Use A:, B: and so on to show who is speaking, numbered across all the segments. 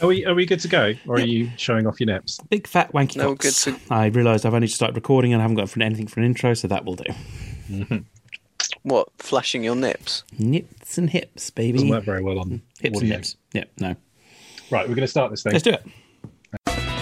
A: Are we are we good to go, or are you showing off your nips?
B: Big fat wanky
C: No,
B: cocks.
C: good
B: I realised I've only just started recording and I haven't got for anything for an intro, so that will do.
C: What? Flashing your nips?
B: Nips and hips, baby.
A: Doesn't work very well on
B: Hips
A: audio.
B: and nips. Yeah, no.
A: Right, we're going to start this thing.
B: Let's do it.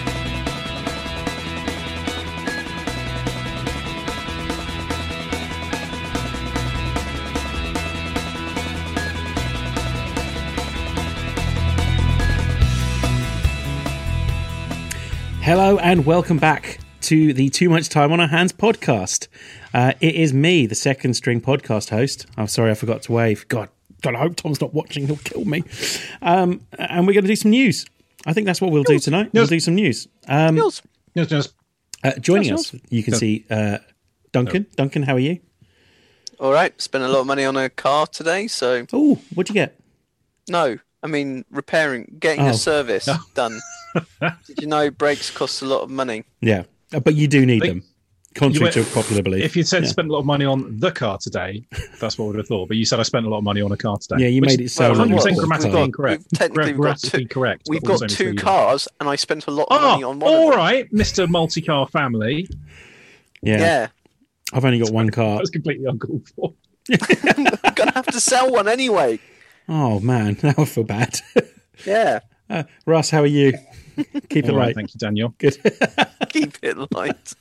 B: Hello and welcome back to the Too Much Time on Our Hands podcast. Uh, it is me, the second string podcast host. I'm sorry, I forgot to wave. God, God, I hope Tom's not watching. He'll kill me. Um, and we're going to do some news. I think that's what we'll do tonight. We'll do some news. Uh,
C: Niels.
A: Yes, yes.
B: uh, joining us, you can see uh, Duncan. Duncan, how are you?
C: All right. Spent a lot of money on a car today, so
B: Oh, what'd you get?
C: no. I mean, repairing, getting
B: Oh.
C: a service done. Did you know brakes cost a lot of money?
B: Yeah, Uh, but you do need them,
A: You
B: contrary
A: went-
B: to popular belief.
A: If you would said spend a lot of money on the car today, that's what I would have thought. But you said I spent a lot of money on a car today.
B: Yeah, you
A: which
B: made it sound
A: is
C: Well,
B: like you
A: 100%
B: bought a
A: grammatically
B: car.
A: incorrect.
C: We've technically
A: Gra-
C: got
A: grammatically
C: two,
A: correct.
C: We've
A: but also
C: got two
A: misleading.
C: cars, and I spent a lot
B: Oh,
C: of
A: Ah,
C: money on one.
A: all
C: of them.
A: right, Mr. Multi-car family.
B: yeah.
C: Yeah,
B: I've only got one
C: Oh.
B: car.
A: That's completely uncalled for.
C: I'm gonna have to sell one anyway.
B: Oh man, now I feel bad.
C: Yeah,
B: Uh, Russ, how are you? Keep it
A: All right,
B: right.
A: thank you, Daniel.
B: Good.
C: keep it light.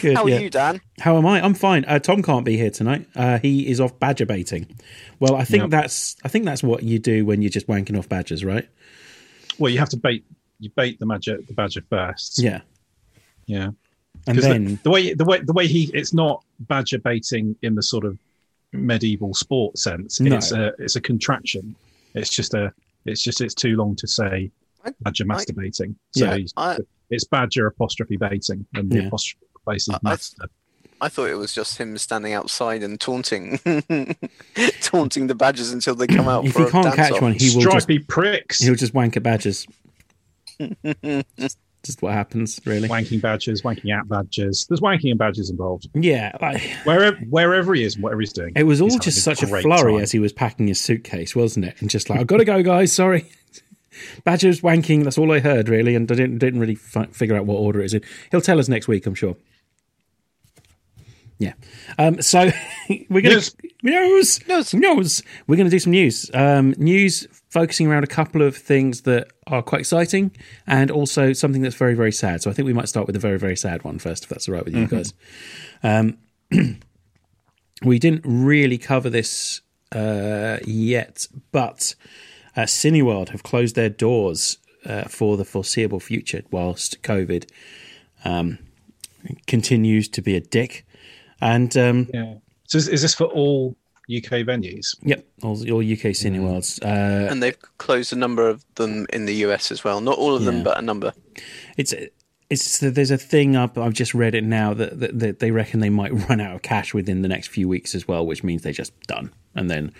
B: Good.
C: How are
B: yeah.
C: you, Dan?
B: How am I? I'm fine. Uh, Tom can't be here tonight. Uh, he is off badger baiting. Well, I think
A: Yep.
B: that's I think that's what you do when you're just wanking off badgers, right?
A: Well, you have to bait. You bait the badger, the badger first.
B: Yeah.
A: yeah.
B: And
A: Because
B: then
A: the, the way the way the way he it's not badger baiting in the sort of medieval sport sense.
B: No.
A: It's a it's a contraction. It's just a it's just it's too long to say
C: I-
A: badger masturbating. So
B: Yeah.
A: he's-
C: I
A: it's badger apostrophe baiting, and the
B: Yeah. Uh,
A: apostrophe places
C: I- I-
A: master.
C: I thought it was just him standing outside and taunting, taunting the badgers until they come out.
B: if
C: for
B: he
C: a
B: can't
C: dance
B: catch
C: off.
B: one, he will just
A: Stripy pricks,
B: he'll just wank at badgers. just what happens, really.
A: wanking badgers, wanking at badgers. There's wanking and badgers involved.
B: Yeah. like-
A: Wherever wherever he is, and whatever he's doing,
B: It was all
A: he's having
B: just such a
A: great
B: flurry
A: time.
B: as he was packing his suitcase, wasn't it? And just like, I've got to go, guys. Sorry. Badger's wanking. That's all I heard, really. And I didn't, didn't really fi- figure out what order it's in. He'll tell us next week, I'm sure. Yeah. Um, so we're going
A: News.
B: to. News!
C: News.
B: News! We're going to do some news. Um, news focusing around a couple of things that are quite exciting and also something that's very, very sad. So I think we might start with a very, very sad one first, if that's all right with you guys Um, we didn't really cover this uh, yet, but uh, Cineworld have closed their doors uh, for the foreseeable future whilst COVID um, continues to be a dick. And um,
A: Yeah. So is, is this for all UK venues?
B: yep, all, all UK Cineworlds. Uh,
C: and they've closed a number of them in the US as well. Not all of
B: Yeah.
C: them, but a number.
B: it's it's there's a thing up. I've just read it now that, that that they reckon they might run out of cash within the next few weeks as well, which means they're just done. And then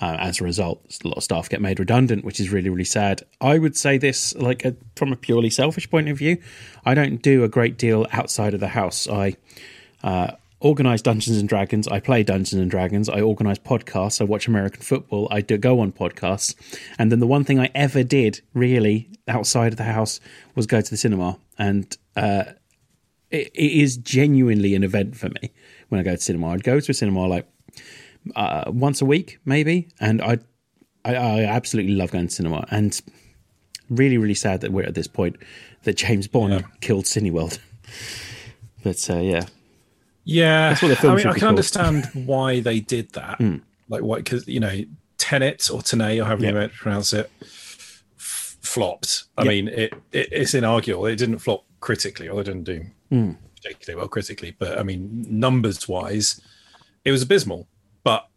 B: uh, as a result, a lot of staff get made redundant, which is really really sad. I would say this like a, from a purely selfish point of view. I don't do a great deal outside of the house. I uh, organize Dungeons and Dragons. I play Dungeons and Dragons. I organize podcasts. I watch American football. I do go on podcasts. And then the one thing I ever did really outside of the house was go to the cinema. And uh, it, it is genuinely an event for me when I go to cinema. I'd go to a cinema like uh, once a week maybe, and I, I I absolutely love going to cinema. And really really sad that we're at this point that James Bond killed Cineworld. But uh, yeah,
A: Yeah,
B: what the film
A: I mean,
B: should
A: I
B: be Hmm.
A: can
B: called.
A: understand why they did that. Like, why? Because you know, Tenet or Tenet, or however you
B: Yeah.
A: meant to pronounce it, f- flopped. I
B: Yeah.
A: mean, it, it it's inarguable. It didn't flop critically, or it didn't do
B: Hmm.
A: particularly well critically. But I mean, numbers wise, it was abysmal. But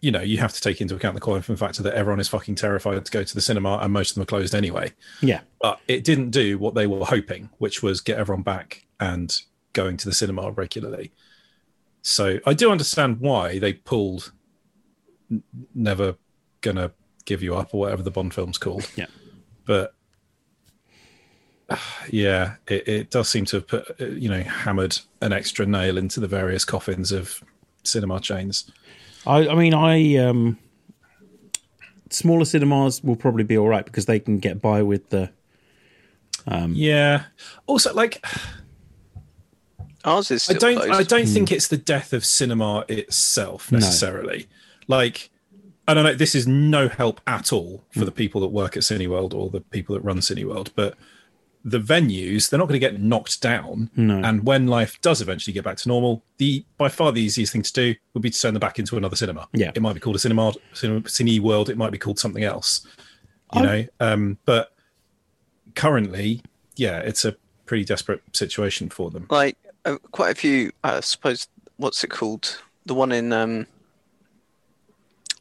A: you know, you have to take into account the qualifying factor that everyone is fucking terrified to go to the cinema, and most of them are closed anyway
B: yeah.
A: but it didn't do what they were hoping, which was get everyone back and going to the cinema regularly. So I do understand why they pulled N- "Never Gonna Give You Up" or whatever the Bond film's called.
B: Yeah.
A: but yeah, it, it does seem to have put uh, you know hammered an extra nail into the various coffins of cinema chains.
B: I, I mean, I um, smaller cinemas will probably be all right because they can get by with the
A: yeah. Also, like
C: Ours is
A: I
C: still
A: don't
C: closed.
A: I don't think it's the death of cinema itself necessarily. Like I don't know, this is no help at all for the people that work at Cineworld or the people that run Cineworld, but the venues, they're not going to get knocked down. And when life does eventually get back to normal, the by far the easiest thing to do would be to turn them back into another cinema.
B: Yeah.
A: It might be called a cinema, cinema Cine World, it might be called something else. You know? Um, but currently, yeah, it's a pretty desperate situation for them.
C: like uh, quite a few. I suppose what's it called? The one in um,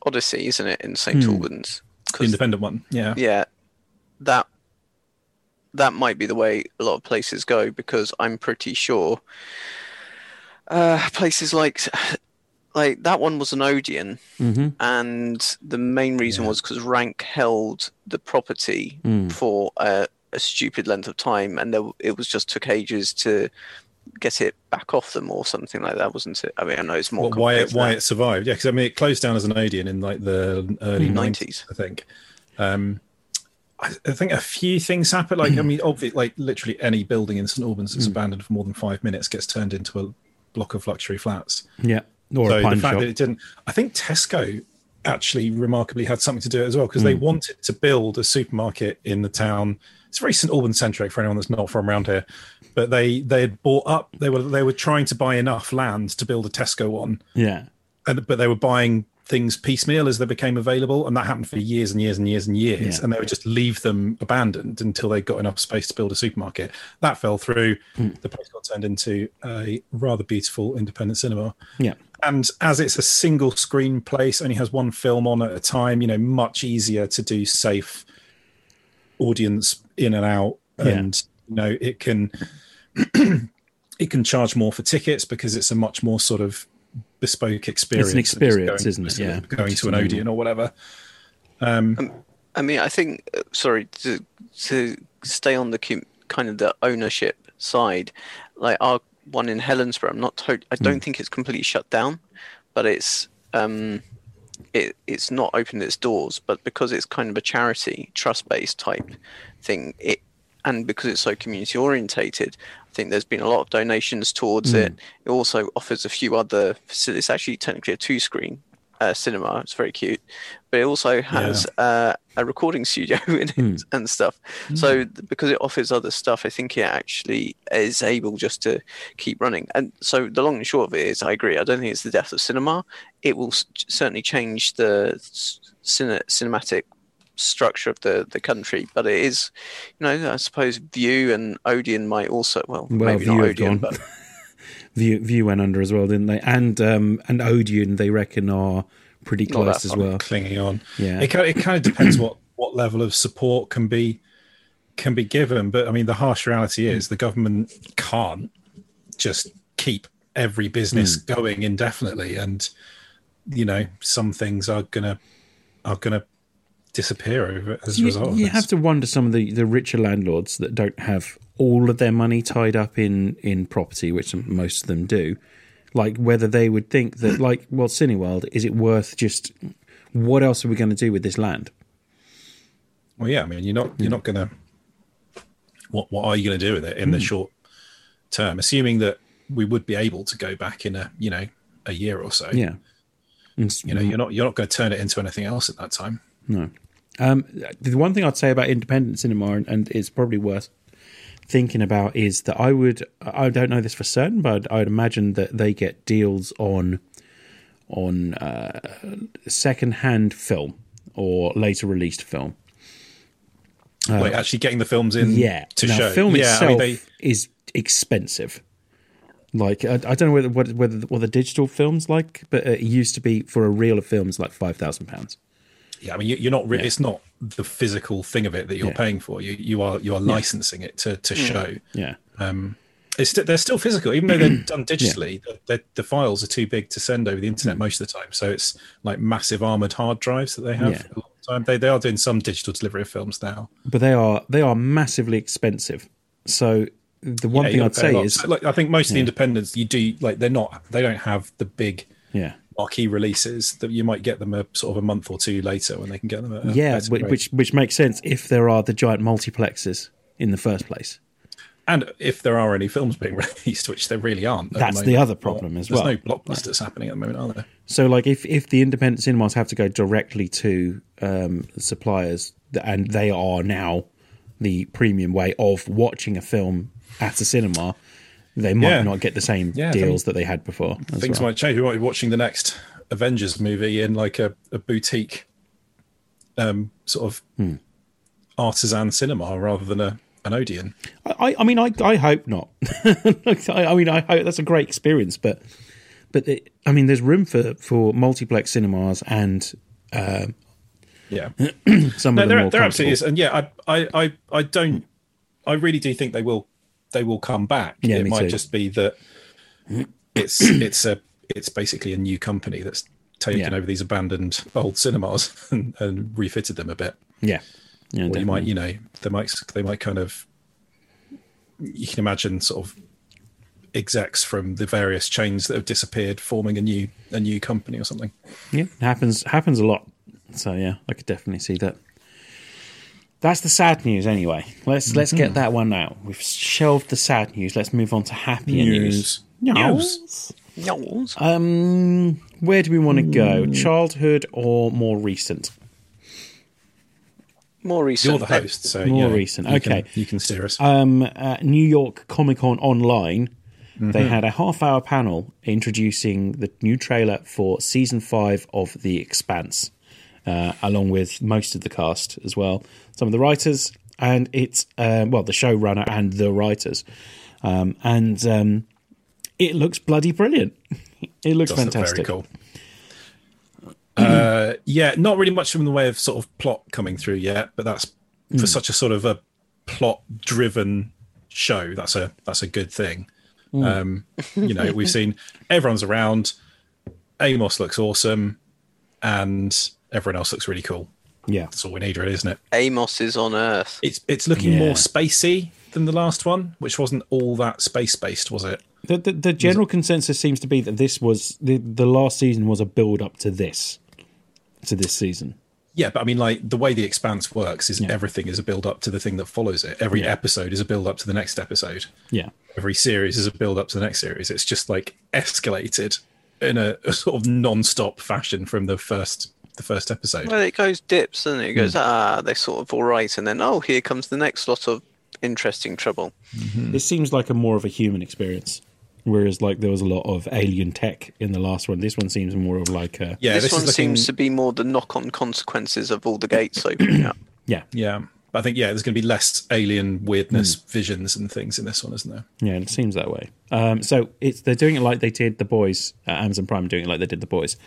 C: Odyssey, isn't it? In St Albans. 'Cause-
A: The independent one. Yeah.
C: yeah, that that might be the way a lot of places go because I'm pretty sure uh, places like like that one was an Odeon,
B: Mm-hmm.
C: and the main reason was because Rank held the property
A: Mm.
C: for a, a stupid length of time, and there, it was just took ages to get it back off them or something like that, wasn't it? I mean, I know it's more
A: Well, why it
C: complicated
A: why
C: than
A: it survived? Yeah, because I mean it closed down as an Odeon in like the early
C: Hmm.
A: Mm. nineties, I think. Um, I, I think a few things happen. Like I mean, obviously, like literally any building in St Albans that's abandoned for more than five minutes gets turned into a block of luxury flats.
B: Yeah. Or
A: so
B: a
A: the
B: pine
A: fact
B: shop.
A: that it didn't, I think Tesco actually remarkably had something to do with it as well because
B: Hmm.
A: they wanted to build a supermarket in the town. It's very St Albans centric for anyone that's not from around here, but they they had bought up. They were they were trying to buy enough land to build a Tesco on
B: yeah.
A: and but they were buying things piecemeal as they became available, and that happened for years and years and years and years,
B: Yeah.
A: and they would just leave them abandoned until they got enough space to build a supermarket. That fell through.
B: Hmm.
A: The place got turned into a rather beautiful independent cinema,
B: Yeah.
A: and as it's a single screen place, only has one film on at a time. You know, much easier to do safe audience in and out,
B: Yeah.
A: and you know it can. It can charge more for tickets because it's a much more sort of bespoke experience. than just
B: experience,
A: going-
B: isn't it? Yeah.
A: Going
B: Just
A: to an
B: a normal-
A: Odeon or whatever.
C: I mean, I think uh, sorry to to stay on the com- kind of the ownership side, like our one in Helensburgh. I'm not. To- I don't think it's completely shut down, but it's um, it it's not opened its doors. But because it's kind of a charity trust based type thing, it and because it's so community orientated, I think there's been a lot of donations towards it. It also offers a few other facilities. It's actually technically a two screen uh, cinema. It's very cute, but it also has uh, a recording studio in it and stuff. So th- because it offers other stuff, I think it actually is able just to keep running. And so the long and short of it is, I agree. I don't think it's the death of cinema. It will s- certainly change the s- cine- cinematic structure of the the country but it is you know i suppose view and odeon might also well,
B: Well,
C: maybe
B: View
C: not
B: have gone.
C: odeon but
B: View View went under as well, didn't they? And um and Odeon they reckon are pretty
C: Not that
B: close as
C: far.
B: well.
A: Clinging on.
B: Yeah.
A: It kind of, it kind of depends what what level of support can be can be given. But I mean, the harsh reality
B: Hmm.
A: is the government can't just keep every business
B: Hmm.
A: going indefinitely, and you know some things are gonna are gonna disappear over as a result.
B: You,
A: of
B: you
A: this.
B: have to wonder some of the, the richer landlords that don't have all of their money tied up in, in property, which most of them do, like whether they would think that, like, well, Cineworld, is it worth just what else are we going to do with this land?
A: Well, yeah, I mean, you're not you're
B: Hmm.
A: not gonna. What what are you gonna do with it in
B: Hmm.
A: the short term? Assuming that we would be able to go back in a you know a year or so.
B: Yeah. And s-
A: You know, you're not you're not going to turn it into anything else at that time.
B: Um, the one thing I'd say about independent cinema, and, and it's probably worth thinking about, is that I would I don't know this for certain, but I'd imagine that they get deals on on uh, second-hand film or later released film.
A: like actually getting the films in.
B: Oh. Yeah,
A: Mm. To
B: now,
A: show.
B: film
A: yeah,
B: itself
A: I mean, they,
B: is expensive. Like I, I don't know whether what whether what the digital films like, but it used to be for a reel of films like five thousand pounds.
A: yeah. I mean, you, you're not. Re- It's not the physical thing of it that you're
B: Yeah.
A: paying for. You you are you are licensing it to to show.
B: Yeah,
A: It's st- they're still physical, even though they're done digitally. The, the, the files are too big to send over the internet
B: Mm.
A: most of the time. So it's like massive armored hard drives that they have.
B: Yeah.
A: A lot of the time. They, they are doing some digital delivery of films now.
B: but they are they are massively expensive. So the one
A: Yeah,
B: thing
A: you'll
B: I'd
A: pay a
B: say
A: lot.
B: is
A: So, like, I think most of the independents you do like they're not they don't have the big
B: yeah.
A: marquee releases that you might get them a sort of a month or two later when they can get them. At a
B: Yeah,
A: better
B: which,
A: rate.
B: which which makes sense if there are the giant multiplexes in the first place.
A: And if there are any films being released, which there really aren't, at
B: That's the
A: moment,
B: other problem as
A: there's
B: well.
A: no blockbusters happening at the moment, are there?
B: So, like, if, if the independent cinemas have to go directly to um, suppliers, th- and they are now the premium way of watching a film at a cinema, they might
A: Yeah.
B: not get the same
A: Yeah, I think-
B: deals that they had before. as
A: Things
B: well.
A: might change. We might be watching the next Avengers movie in like a, a boutique, um, sort of
B: Hmm.
A: artisan cinema rather than a an Odeon.
B: I, I mean, I, I hope not. I, I mean, I hope that's a great experience, but but it, I mean, there's room for for multiplex cinemas and
A: Yeah.
B: some
A: No,
B: of the
A: there,
B: more
A: there
B: comfortable-
A: absolutely is, and yeah, I, I, I, I don't, I really do think they will, they will come back.
B: Yeah,
A: it
B: me
A: might
B: too.
A: just be that it's it's a it's basically a new company that's taken
B: Yeah.
A: over these abandoned old cinemas and, and refitted them a bit.
B: Yeah,
A: Or
B: yeah, definitely.
A: you might, you know, they might they might kind of, you can imagine sort of execs from the various chains that have disappeared forming a new a new company or something.
B: yeah, it happens happens a lot. So yeah, I could definitely see that. That's the sad news. Anyway, let's let's
A: Mm-hmm.
B: get that one out. We've shelved the sad news. Let's move on to happier news.
A: News.
B: News.
C: Yowls.
B: Um, where do we want to go? Childhood or more recent?
C: More recent.
A: You're the host, so
B: More
A: yeah,
B: recent.
A: you can-
B: Okay.
A: you can steer us.
B: um, at New York Comic Con Online,
A: Mm-hmm.
B: they had a half hour panel introducing the new trailer for season five of The Expanse, uh, along with most of the cast as well, some of the writers, and it's, uh, well, the showrunner and the writers. Um, and um, it looks bloody brilliant. It looks
A: Does look Very
B: fantastic.
A: cool. uh, yeah, not really much from the way of sort of plot coming through yet, but that's
B: Hmm.
A: for such a sort of a plot-driven show. That's a that's a good thing.
B: Hmm.
A: Um, you know, we've seen everyone's around. Amos looks awesome, and everyone else looks really cool.
B: Yeah.
A: That's all we need, really, isn't it?
C: Amos is on Earth.
A: It's it's looking more
B: Yeah.
A: spacey than the last one, which wasn't all that space-based, was it?
B: The, the, the general consensus seems to be that this was, the, the last season was a build up to this, to this season.
A: Yeah, but I mean, like the way the expanse works is everything is a build up to the thing that follows it. Every episode is a build up to the next episode.
B: Yeah.
A: Every series is a build up to the next series. It's just like escalated in a, a sort of non stop fashion from the first the first episode.
C: Well, it goes dips, doesn't it? It
B: Hmm.
C: goes, ah, they're sort of all right. And then, oh, here comes the next lot of interesting trouble.
B: This seems like a more of a human experience, whereas like there was a lot of alien tech in the last one. This one seems more of like a
A: yeah,
C: this,
A: this,
C: one
A: is looking,
C: seems to be more the knock on consequences of all the gates opening up.
B: yeah,
A: yeah. But I think yeah, there's going to be less alien weirdness, visions, and things in this one, isn't there?
B: yeah. It seems that way. Um, so it's they're doing it like they did the boys. Uh, Amazon Prime doing it like they did the boys.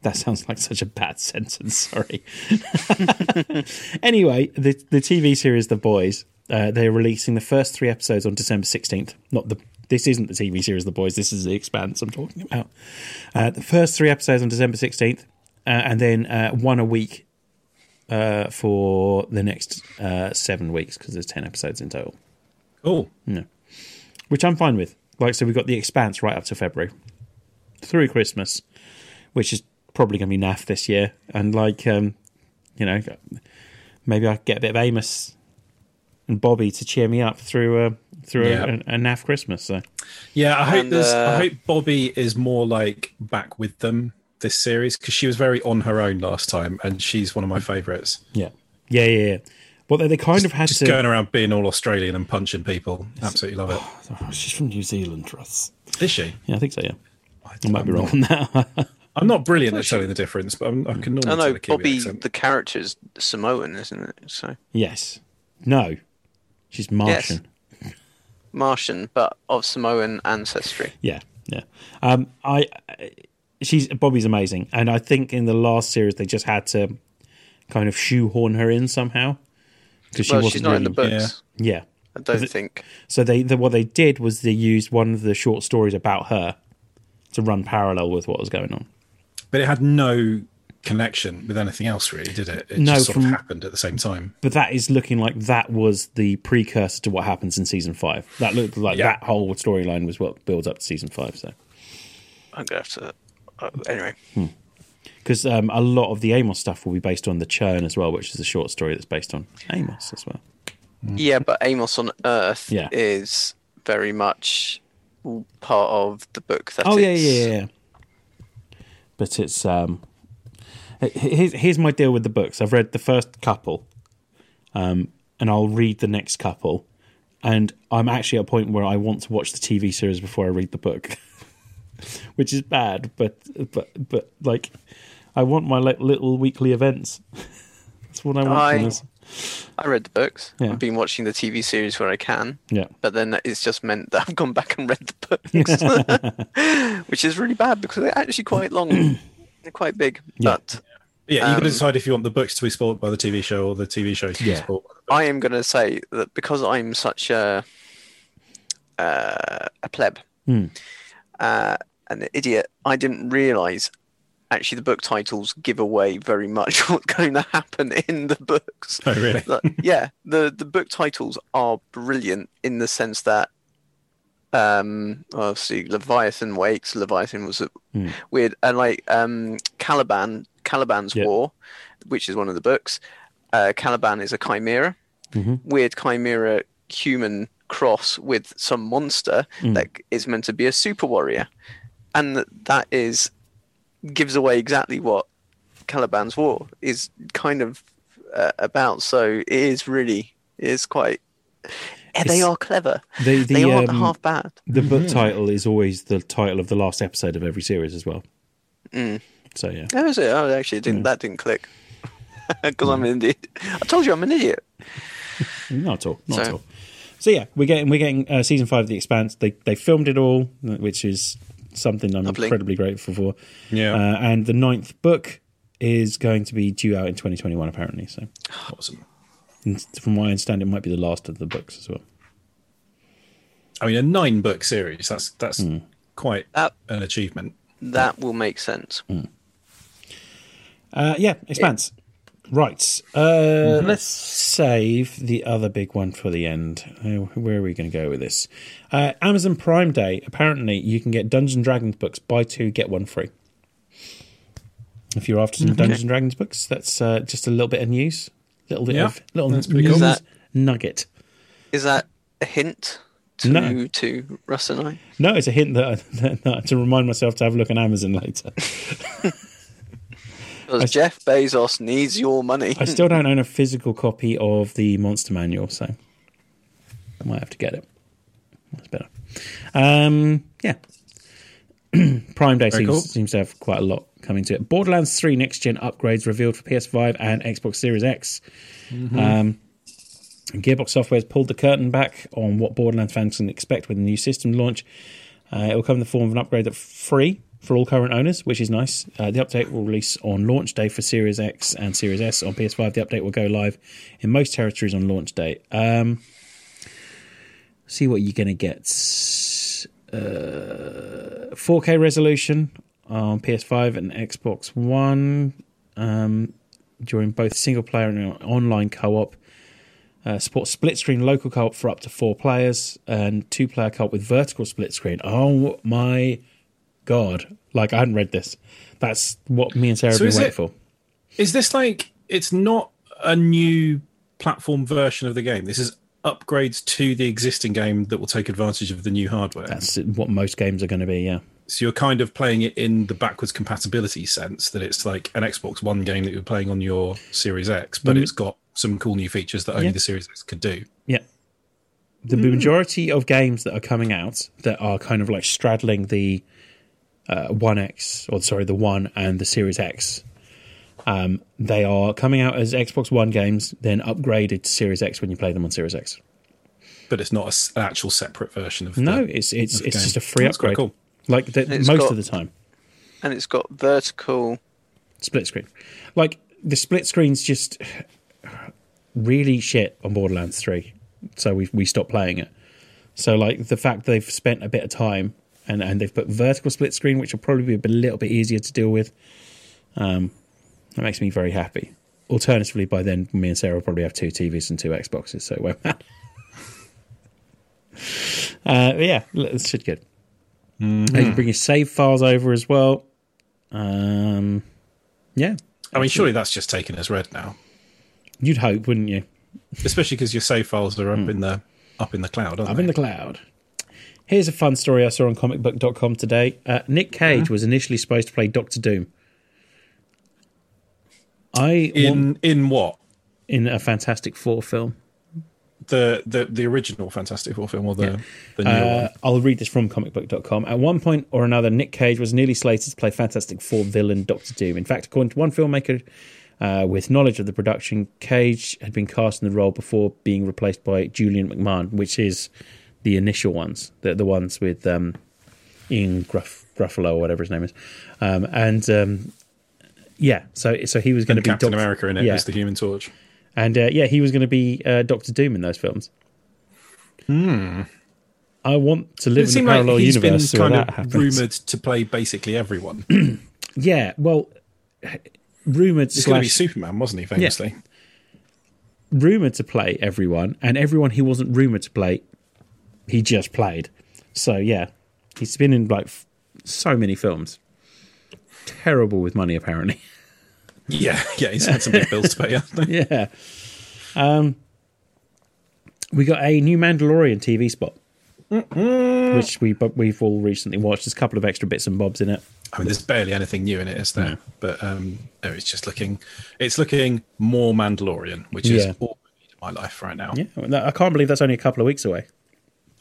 B: That sounds like such a bad sentence. Sorry. anyway, the the TV series The Boys. Uh, they're releasing the first three episodes on December sixteenth. Not the this isn't the TV series The Boys. This is The Expanse I'm talking about. Uh, the first three episodes on December sixteenth, uh, and then uh, one a week uh, for the next uh, seven weeks because there's ten episodes in total,
A: Cool.
B: which I'm fine with. Like so, we've got The Expanse right up to February through Christmas, which is probably going to be naff this year, and like um, you know, maybe I could get a bit of Amos and Bobby to cheer me up through uh, through
A: Yeah.
B: a, a naff Christmas. So
A: Yeah, I hope
C: And,
A: there's, I
C: uh,
A: hope Bobby is more like back with them this series because she was very on her own last time, and she's one of my favourites.
B: yeah, yeah, yeah. yeah. Well, they, they kind of had
A: just
B: to.
A: going around being all Australian and punching people. Absolutely love it.
B: Oh, She's from New Zealand, Russ.
A: Is she?
B: Yeah, I think so. Yeah,
A: I
B: I might be wrong on that.
A: I'm not brilliant at telling the difference, but I'm, I can normally tell
C: I know
A: a Kiwi
C: Bobby,
A: accent.
C: the character is Samoan, isn't it? So
B: Yes. No. She's Martian.
C: Martian, but of Samoan ancestry.
B: Yeah. Yeah. Um, I. I- She's Bobby's amazing, and I think in the last series they just had to kind of shoehorn her in somehow because she
C: well,
B: wasn't
C: she's not in the
B: really-
C: books.
B: Yeah.
C: I don't think.
B: So they the, what they did was they used one of the short stories about her to run parallel with what was going on.
A: But it had no connection with anything else, really, did it? It
B: No,
A: just sort
B: from-
A: of happened at the same time.
B: But that is looking like that was the precursor to what happens in season five. That looked like
A: Yeah.
B: that whole storyline was what builds up to season five. So.
C: I'm gonna have to. Uh, anyway,
B: because um, a lot of the Amos stuff will be based on the Churn as well, which is a short story that's based on Amos as well.
C: Yeah, but Amos on Earth
B: Hmm. Yeah.
C: is very much part of the book. That
B: Oh yeah,
C: it's-
B: yeah, yeah, yeah. But it's um, h- here's here's my deal with the books. I've read the first couple, um, and I'll read the next couple, and I'm actually at a point where I want to watch the TV series before I read the book, which is bad. But but but like, I want my like, little weekly events. That's what I want.
C: I-
B: from this.
C: I read the books.
B: Yeah.
C: I've been watching the TV series where I can,
B: Yeah.
C: but then it's just meant that I've gone back and read the books, which is really bad because they're actually quite long, they're quite big.
B: Yeah.
C: But
A: Yeah, you got to
C: Um,
A: decide if you want the books to be spoiled by the TV show or the TV show to be
B: Yeah.
A: spoiled. By the book.
C: I am going to say that because I'm such a uh, a pleb
B: Hmm.
C: uh, and an idiot, I didn't realise actually the book titles give away very much what's going to happen in the books.
A: Oh, really?
C: Like, yeah, the the book titles are brilliant in the sense that um obviously Leviathan wakes, Leviathan was a
B: Hmm.
C: weird and like um Caliban Caliban's
B: Yeah.
C: War, which is one of the books. Uh Caliban is a chimera.
B: Mhm.
C: Weird chimera human cross with some monster
B: Hmm.
C: that is meant to be a super warrior. And th- that is gives away exactly what Caliban's War is kind of uh, about. So it is really it is quite. And they
B: It's-
C: are clever.
B: The, the,
C: they aren't
B: um,
C: half bad.
B: The book title is always the title of the last episode of every series as well. So yeah.
C: That was it. Oh, actually, it didn't
B: Hmm.
C: that didn't click? Because I'm an idiot. I told you I'm an idiot.
B: Not at all. Not at
C: So-
B: all. So yeah, we're getting we're getting uh, season five of The Expanse. They they filmed it all, which is something I'm
C: Lovely.
B: incredibly grateful for.
A: Yeah.
B: Uh, and the ninth book is going to be due out in 2021, apparently. So
A: awesome.
B: and from what I understand, it might be the last of the books as well.
A: I mean, a nine book series. That's that's
B: Hmm.
A: quite
C: That
A: an achievement.
C: that will make sense.
B: Hmm. Uh, yeah, Expanse. Right. Uh,
A: Mm-hmm.
B: Let's save the other big one for the end. Uh, where are we going to go with this? Uh, Amazon Prime Day. Apparently, you can get Dungeons and Dragons books. Buy two, get one free. If you're after some
A: Mm-hmm.
B: Dungeons and Dragons books, that's uh, just a little bit of news. Little bit
A: Yeah,
B: of little
A: pretty
B: news
A: cool.
C: Is that-
B: nugget.
C: Is that a hint to
B: No.
C: to Russ and I?
B: No, it's a hint that, that, that to remind myself to have a look on Amazon later.
C: Because Jeff Bezos needs your money.
B: I still don't own a physical copy of the Monster Manual, so I might have to get it. That's better. Um, yeah. Prime Day seems,
A: cool.
B: seems to have quite a lot coming to it. Borderlands 3 next gen upgrades revealed for PS5 and Xbox Series X. Um, Gearbox Software's pulled the curtain back on what Borderlands fans can expect with the new system launch. Uh, it will come in the form of an upgrade that's free for all current owners, which is nice. Uh, the update will release on launch day for Series X and Series S. On PS5, the update will go live in most territories on launch day. Um, see what you're going to get. Uh, 4K resolution on PS5 and Xbox One um, during both single player and online co op. Uh, support split screen local co op for up to four players and two player co op with vertical split screen. Oh my god. Like, I hadn't read this. That's what me and Sarah have
A: So
B: been
A: is
B: waiting
A: it-
B: for.
A: Is this like it's not a new platform version of the game? This is upgrades to the existing game that will take advantage of the new hardware.
B: That's what most games are going to be, yeah.
A: so you're kind of playing it in the backwards compatibility sense that it's like an Xbox One game that you're playing on your Series X, but it's got some cool new features that only
B: Mm-hmm. Yeah.
A: the Series X could do.
B: Yeah. The
A: Hmm.
B: majority of games that are coming out that are kind of like straddling the uh, 1X, or sorry, the 1 and the Series X, um, they are coming out as Xbox One games, then upgraded to Series X when you play them on Series X.
A: But it's not a s an actual separate version of
B: No,
A: The,
B: it's it's
A: Okay.
B: it's just a free
A: That's quite
B: upgrade.
A: cool.
B: Like the,
C: It's
B: most
C: got-
B: of the time,
C: And it's got vertical.
B: split screen. Like the split screen's just really shit on Borderlands Three, so we we stopped playing it. So like the fact they've spent a bit of time and and they've put vertical split screen, which will probably be a bit- little bit easier to deal with. Um, that makes me very happy. Alternatively, by then me and Sarah will probably have two TVs and two Xboxes, so it won't matter. uh, but yeah, l- it should be good. Uh, you can bring your save files over as well. Um, yeah,
A: I mean, surely that's just taken as read now.
B: you'd hope, wouldn't you?
A: especially because your save files are up in the up in the cloud. Aren't they?
B: I'm Hmm. in the cloud. Here's a fun story I saw on comicbook.com today. Uh, Nick Cage was initially supposed to play Doctor Doom. I want,
A: in in what
B: in a Fantastic Four film.
A: the the the original Fantastic Four film or the the new
B: Uh, I'll read this from comicbook.com. At one point or another, Nick Cage was nearly slated to play Fantastic Four villain Doctor Doom. In fact, according to one filmmaker uh, with knowledge of the production, Cage had been cast in the role before being replaced by Julian McMahon, which is the initial ones, the, the ones with um, Ian Gruff, Gruffalo or whatever his name is. Um, and um, yeah, so so he was going
A: one?
B: to
A: And
B: be
A: Captain
B: Doc-
A: America in it
B: yeah.
A: as the Human Torch.
B: and uh, yeah, he was going to be uh, Doctor Doom in those films. I want to live
A: Hmm. It
B: in a
A: seemed like
B: parallel
A: he's been
B: universe where
A: kind
B: that
A: of
B: happens.
A: rumored to play basically everyone.
B: Yeah, well, rumored
A: He's going to be
B: slash
A: Superman, wasn't he? Famously,
B: rumored to play everyone, and everyone he wasn't rumored to play, he just played. So yeah, he's been in like f- so many films. Terrible with money, apparently.
A: yeah, yeah. He's had some big bills to pay. hasn't he?
B: yeah. Um, we got a new Mandalorian TV spot, which we but we've all recently watched. There's a couple of extra bits and bobs in it.
A: I mean, there's barely anything new in it, is there? But um, no, it's just looking, it's looking more Mandalorian, which
B: Yeah.
A: is all I need in my life right now.
B: Yeah, I can't believe that's only a couple of weeks away.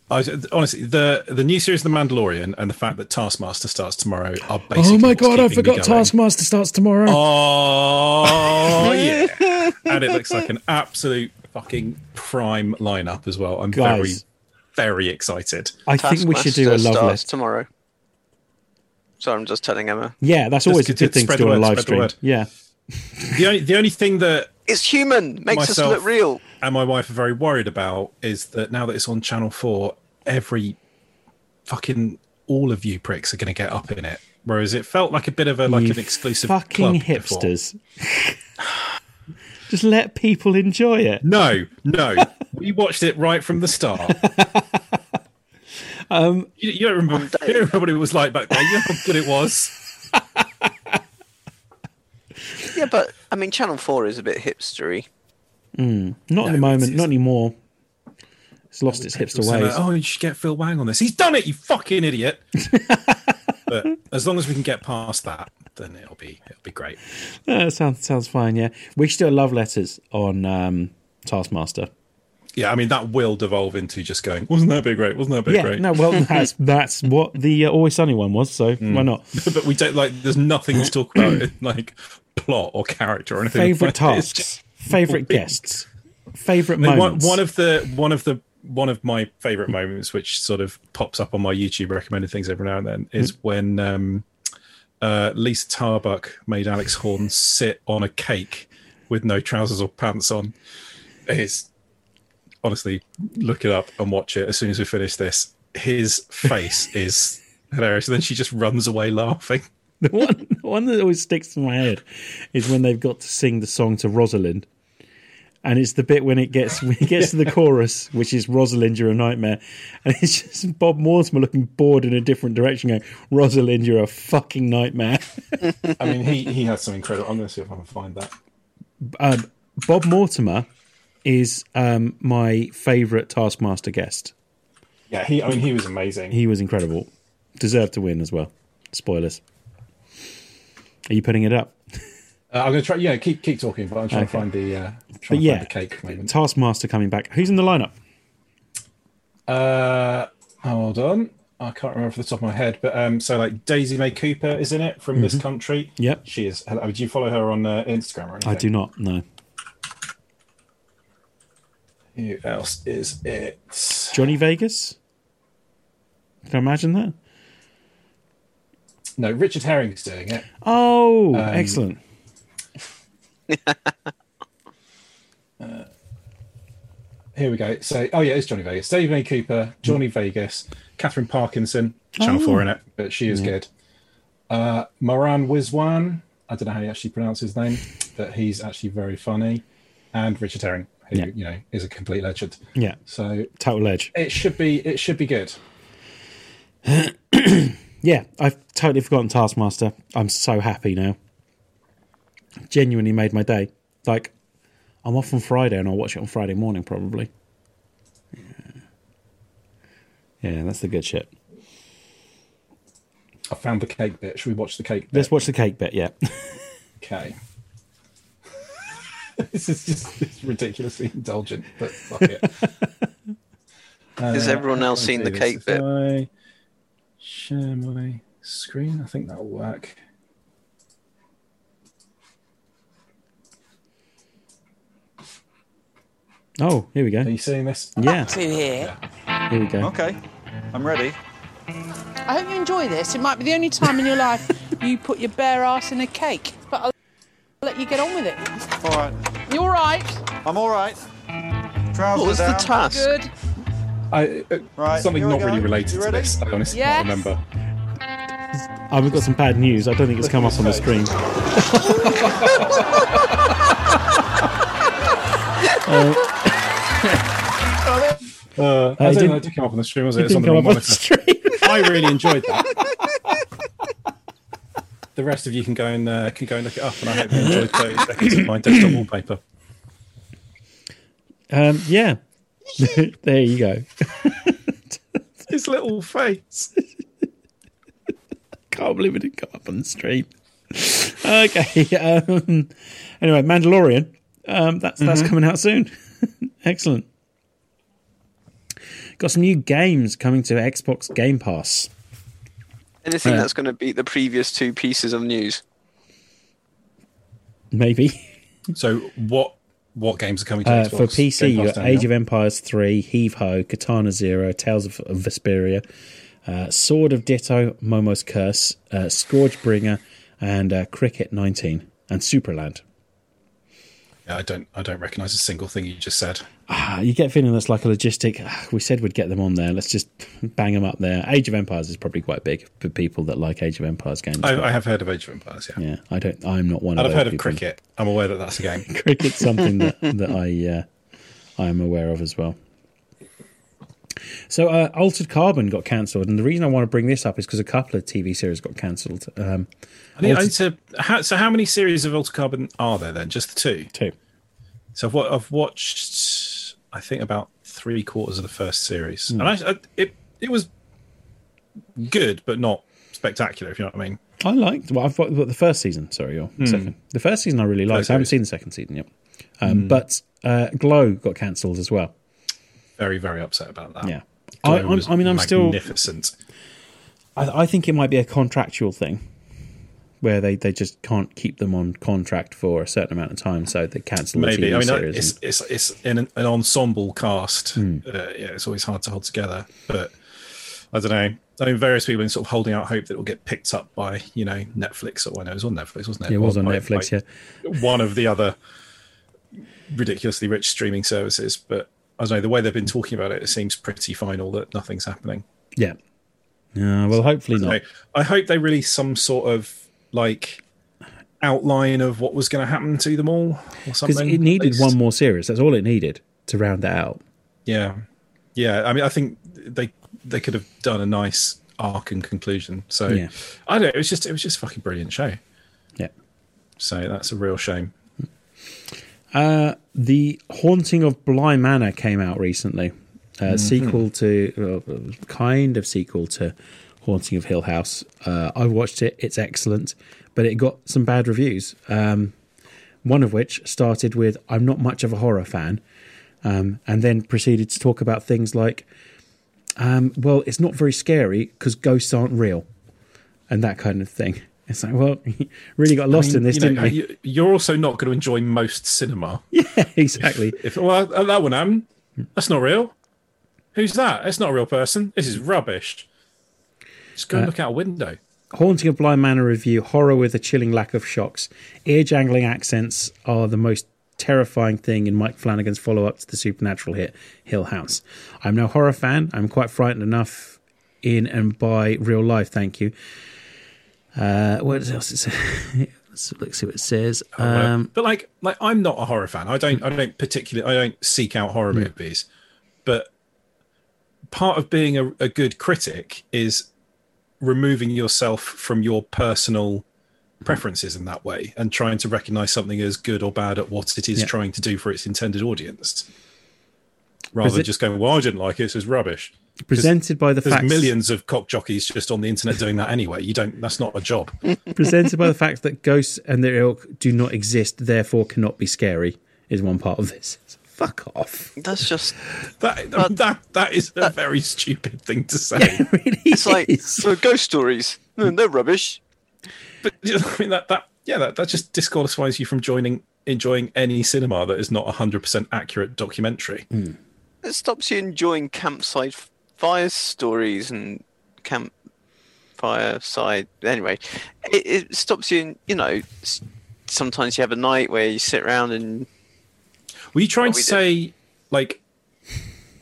A: I was, honestly, the the new series, The Mandalorian, and the fact that Taskmaster starts tomorrow are
B: Oh
A: basically. what's keeping me going.
B: Taskmaster starts tomorrow.
A: Oh yeah, and it looks like an absolute fucking prime lineup as well. I'm
B: Guys.
A: very, very excited.
B: I think we should do a
C: Taskmaster
B: love
C: starts
B: letter.
C: tomorrow. Sorry, I'm just telling Emma.
B: Yeah, that's always a
A: get
B: good
A: it-
B: thing to
A: spread
B: do
A: the
B: on a
A: word,
B: live
A: spread the
B: stream.
A: word.
B: Yeah,
A: The only the only thing that
C: It's human.
A: myself
C: Makes us look real.
A: and my wife are very worried about is that now that it's on Channel Four, every fucking all of you pricks are going to get up in it. Whereas it felt like a bit of a like
B: You
A: an exclusive
B: fucking
A: club before.
B: hipsters. Just let people enjoy it.
A: No, no, we watched it right from the start. you, you don't remember, you don't remember what it was like back then. You know how good it was.
C: Yeah, but I mean, Channel Four is a bit hipstery.
B: Not at the
A: No, it's-
B: moment.
A: it's-
B: Not anymore. It's lost its hipster
A: So,
B: ways.
A: like, oh, you should get Phil Wang on this. He's done it, you fucking idiot. but as long as we can get past that, then it'll be it'll be great.
B: Yeah, sounds sounds fine. Yeah, we should do a love letters on um, Taskmaster.
A: Yeah, I mean that will devolve into just going. Wasn't that bit great? Wasn't that bit
B: Yeah,
A: great?
B: no, well, that's that's what the uh, Always Sunny one was. So why not?
A: but we don't like. There's nothing to talk about, in, like plot or character or anything.
B: Favorite
A: Like, it's
B: tasks,
A: just-
B: favorite guests, favorite
A: I mean, one,
B: moments.
A: one of the one of the one of my favorite moments, which sort of pops up on my YouTube recommended things every now and then,
B: Hmm.
A: is when um, uh, Lisa Tarbuck made Alex Horn sit on a cake with no trousers or pants on. It's honestly look it up and watch it as soon as we finish this. His face is hilarious, and then she just runs away laughing.
B: The one, the one that always sticks in my head is when they've got to sing the song to Rosalind. And it's the bit when it gets when it gets to the chorus, which is Rosalind, you're a nightmare, and it's just Bob Mortimer looking bored in a different direction, going, Rosalind, you're a fucking nightmare.
A: I mean, he he has some incredible. I'm going to see if I can find that.
B: Um, Bob Mortimer is um, my favourite Taskmaster guest.
A: Yeah, he. I mean, he was amazing.
B: He was incredible, deserved to win as well. Spoilers. Are you putting it up?
A: Uh, I'm going to try. Yeah, keep keep talking, but I'm trying
B: Okay.
A: to find the uh, trying to
B: yeah.
A: find the cake moment.
B: Taskmaster coming back. Who's in the lineup?
A: Uh, hold on, I can't remember off the top of my head, but um, so like Daisy May Cooper is in it from this country.
B: Mm-hmm. Yep.
A: she is. Hello, do you follow her on uh, Instagram or anything?
B: I do not know.
A: Who else is it?
B: Johnny Vegas? Can I imagine that?
A: No, Richard Herring's doing it. Um,
B: Oh, excellent.
A: Here we go. So, oh yeah, it's Johnny Vegas. Daisy May Cooper, Johnny Vegas, Catherine Parkinson, Channel Four in it, but she is good. Uh, Moran Wiswan. I don't know how he actually pronounces his name, but he's actually very funny. And Richard Herring, who
B: Yeah.
A: you know is a complete legend.
B: Yeah,
A: So
B: total edge.
A: it should be it should be good.
B: Yeah, I've totally forgotten Taskmaster. I'm so happy now. Genuinely made my day. Like, I'm off on Friday and I'll watch it on Friday morning probably. Yeah, yeah that's the good shit.
A: I found the cake bit. Should we watch the cake? Bit?
B: Let's watch the cake bit. Yeah.
A: okay. this is just it's ridiculously indulgent, but fuck it.
C: Has
A: Uh,
C: everyone else
A: let's
C: seen
A: do
C: the
A: this.
C: cake
A: If
C: bit?
A: I share my screen. I think that'll work.
B: Oh, here we
A: Are
B: go.
A: you seeing this?
B: Yeah,
D: to here.
B: here we go.
E: Okay, I'm ready.
D: I hope you enjoy this. It might be the only time in your life you put your bare ass in a cake, but I'll let you get on with it.
E: All right,
D: You all right?
E: I'm all right. Trousers
C: What was the
E: down.
C: task?
D: Good.
A: I, uh,
E: Right,
A: something
E: here we
A: not
E: go.
A: really related
E: You
A: to
E: ready?
A: this. I honestly
D: Yes.
A: can't remember.
B: Oh, we've got some bad news. I don't think it's come up on the screen.
A: Uh, I
B: it
A: don't know.
B: didn't-
A: It did come up on the stream, was it?
B: It
A: It's on
B: didn't
A: the
B: come
A: wrong
B: up on the
A: monitor.
B: screen.
A: I really enjoyed that. the rest of you can go and uh, can go and look it up, and I hope you enjoyed 30 seconds of my desktop wallpaper.
B: Um, yeah. there you go.
A: His little face.
B: Can't believe it didn't come up on the stream. okay. Um, anyway, Mandalorian. Um, that's
A: Mm-hmm.
B: that's coming out soon. Excellent. Got some new games coming to Xbox Game Pass.
C: Anything
B: Yeah.
C: that's going to beat the previous two pieces of news?
B: Maybe
A: So what? What games are coming to
B: uh,
A: Xbox?
B: for PC,
A: Game
B: you
A: Pass
B: got
A: down
B: Age
A: now.
B: of Empires three, Heave Ho, Katana Zero, Tales of, of Vesperia, uh, Sword of Ditto, Momo's Curse, uh, Scourgebringer, and uh, Cricket nineteen and Superland.
A: Yeah, I don't. I don't recognise a single thing you just said.
B: Ah, you get feeling that's like a logistic. ah, We said we'd get them on there. Let's just bang them up there. Age of Empires is probably quite big for people that like Age of Empires games.
A: I, I have heard of Age of Empires. Yeah,
B: yeah, I don't. I'm not one
A: and
B: of
A: I've
B: those
A: heard of
B: people.
A: cricket. I'm aware that that's a game.
B: Cricket's something that that I uh, I am aware of as well. So, uh, Altered Carbon got cancelled, and the reason I want to bring this up is because a couple of TV series got cancelled. Um,
A: I need, I need to. How, so how many series of Altered Carbon are there then? Just the two.
B: two.
A: So I've, wa- I've watched, I think, about three quarters of the first series,
B: Hmm.
A: and I, I it it was good, but not spectacular. If you know what I mean.
B: I liked. Well, I've got the first season. Sorry, or second. The first season I really liked. I haven't
A: Okay.
B: seen the Hmm. second season yet. Um, But uh, Glow got cancelled as well.
A: Very very upset about that.
B: Yeah. I,
A: Glow
B: I'm,
A: was
B: I mean, I'm still.
A: magnificent.
B: I, I think it might be a contractual thing where they, they just can't keep them on contract for a certain amount of time, so they cancel the
A: Maybe
B: TV
A: I mean I-
B: series. Hmm.
A: it's it's it's an, an ensemble cast. Uh, yeah, it's always hard to hold together, but I don't know. I mean, various people have been sort of holding out hope that it will get picked up by you know Netflix or well, no, it was on Netflix, wasn't it?
B: It was
A: Or
B: on
A: by-
B: Netflix,
A: by
B: yeah.
A: One of the other ridiculously rich streaming services, but I don't know. The way they've been talking about it, it seems pretty final that nothing's happening.
B: Yeah. Uh, well, hopefully
A: So
B: not.
A: I hope they release some sort of like outline of what was going to happen to them all or something.
B: Because it needed
A: At least.
B: one more series. That's all it needed to round that out.
A: Yeah, yeah. I mean, I think they they could have done a nice arc and conclusion. So
B: Yeah.
A: I don't. know. It was just it was just a fucking brilliant show.
B: Yeah.
A: So that's a real shame.
B: The Haunting of Bly Manor came out recently. Uh,
A: Mm-hmm.
B: Sequel to, well, kind of sequel to Haunting of Hill House. Uh, I watched it. It's excellent, but it got some bad reviews. Um, one of which started with, I'm not much of a horror fan, um, and then proceeded to talk about things like, um, well, it's not very scary because ghosts aren't real, and that kind of thing. It's like, well, really got lost
A: I mean,
B: in this,
A: you know,
B: didn't we?
A: you- You're also not going to enjoy most cinema.
B: exactly.
A: If well, uh, that one am. That's not real. Who's that? That's not a real person. This is rubbish. Just
B: Uh,
A: go and look out a window.
B: Haunting of Blind Manor review, horror with a chilling lack of shocks. Ear jangling accents are the most terrifying thing in Mike Flanagan's follow up to the supernatural hit Hill House. I'm no horror fan. I'm quite frightened enough in and by real life, thank you. Uh, what else is Let's look, see what it says.
A: Oh,
B: Um,
A: but like, like I'm not a horror fan. I don't, I don't particularly, I don't seek out horror movies. But part of being a, a good critic is removing yourself from your personal preferences in that way and trying to recognize something as good or bad at what it is
B: Yeah.
A: trying to do for its intended audience rather than
B: it-
A: just going well i didn't like it so it's rubbish
B: Presented by the
A: there's
B: fact
A: millions of cock jockeys just on the internet doing that anyway you don't that's not a job
B: presented by the fact that ghosts and their ilk do not exist, therefore cannot be scary, is one part of this. Fuck off.
C: That's just
A: that that that is a very stupid thing to say
B: Really
C: it's like
B: is.
C: "Oh, ghost stories. No, they're rubbish.
A: but you know, I mean that that yeah that, that just disqualifies you from joining enjoying any cinema that is not a 100% accurate documentary
B: Mm.
C: It stops you enjoying campsite f- fire stories and campfire side. Anyway, it, it stops you. In, you know, s- sometimes you have a night where you sit around and
A: were you trying
C: Well, Oh,
A: to say
C: we
A: like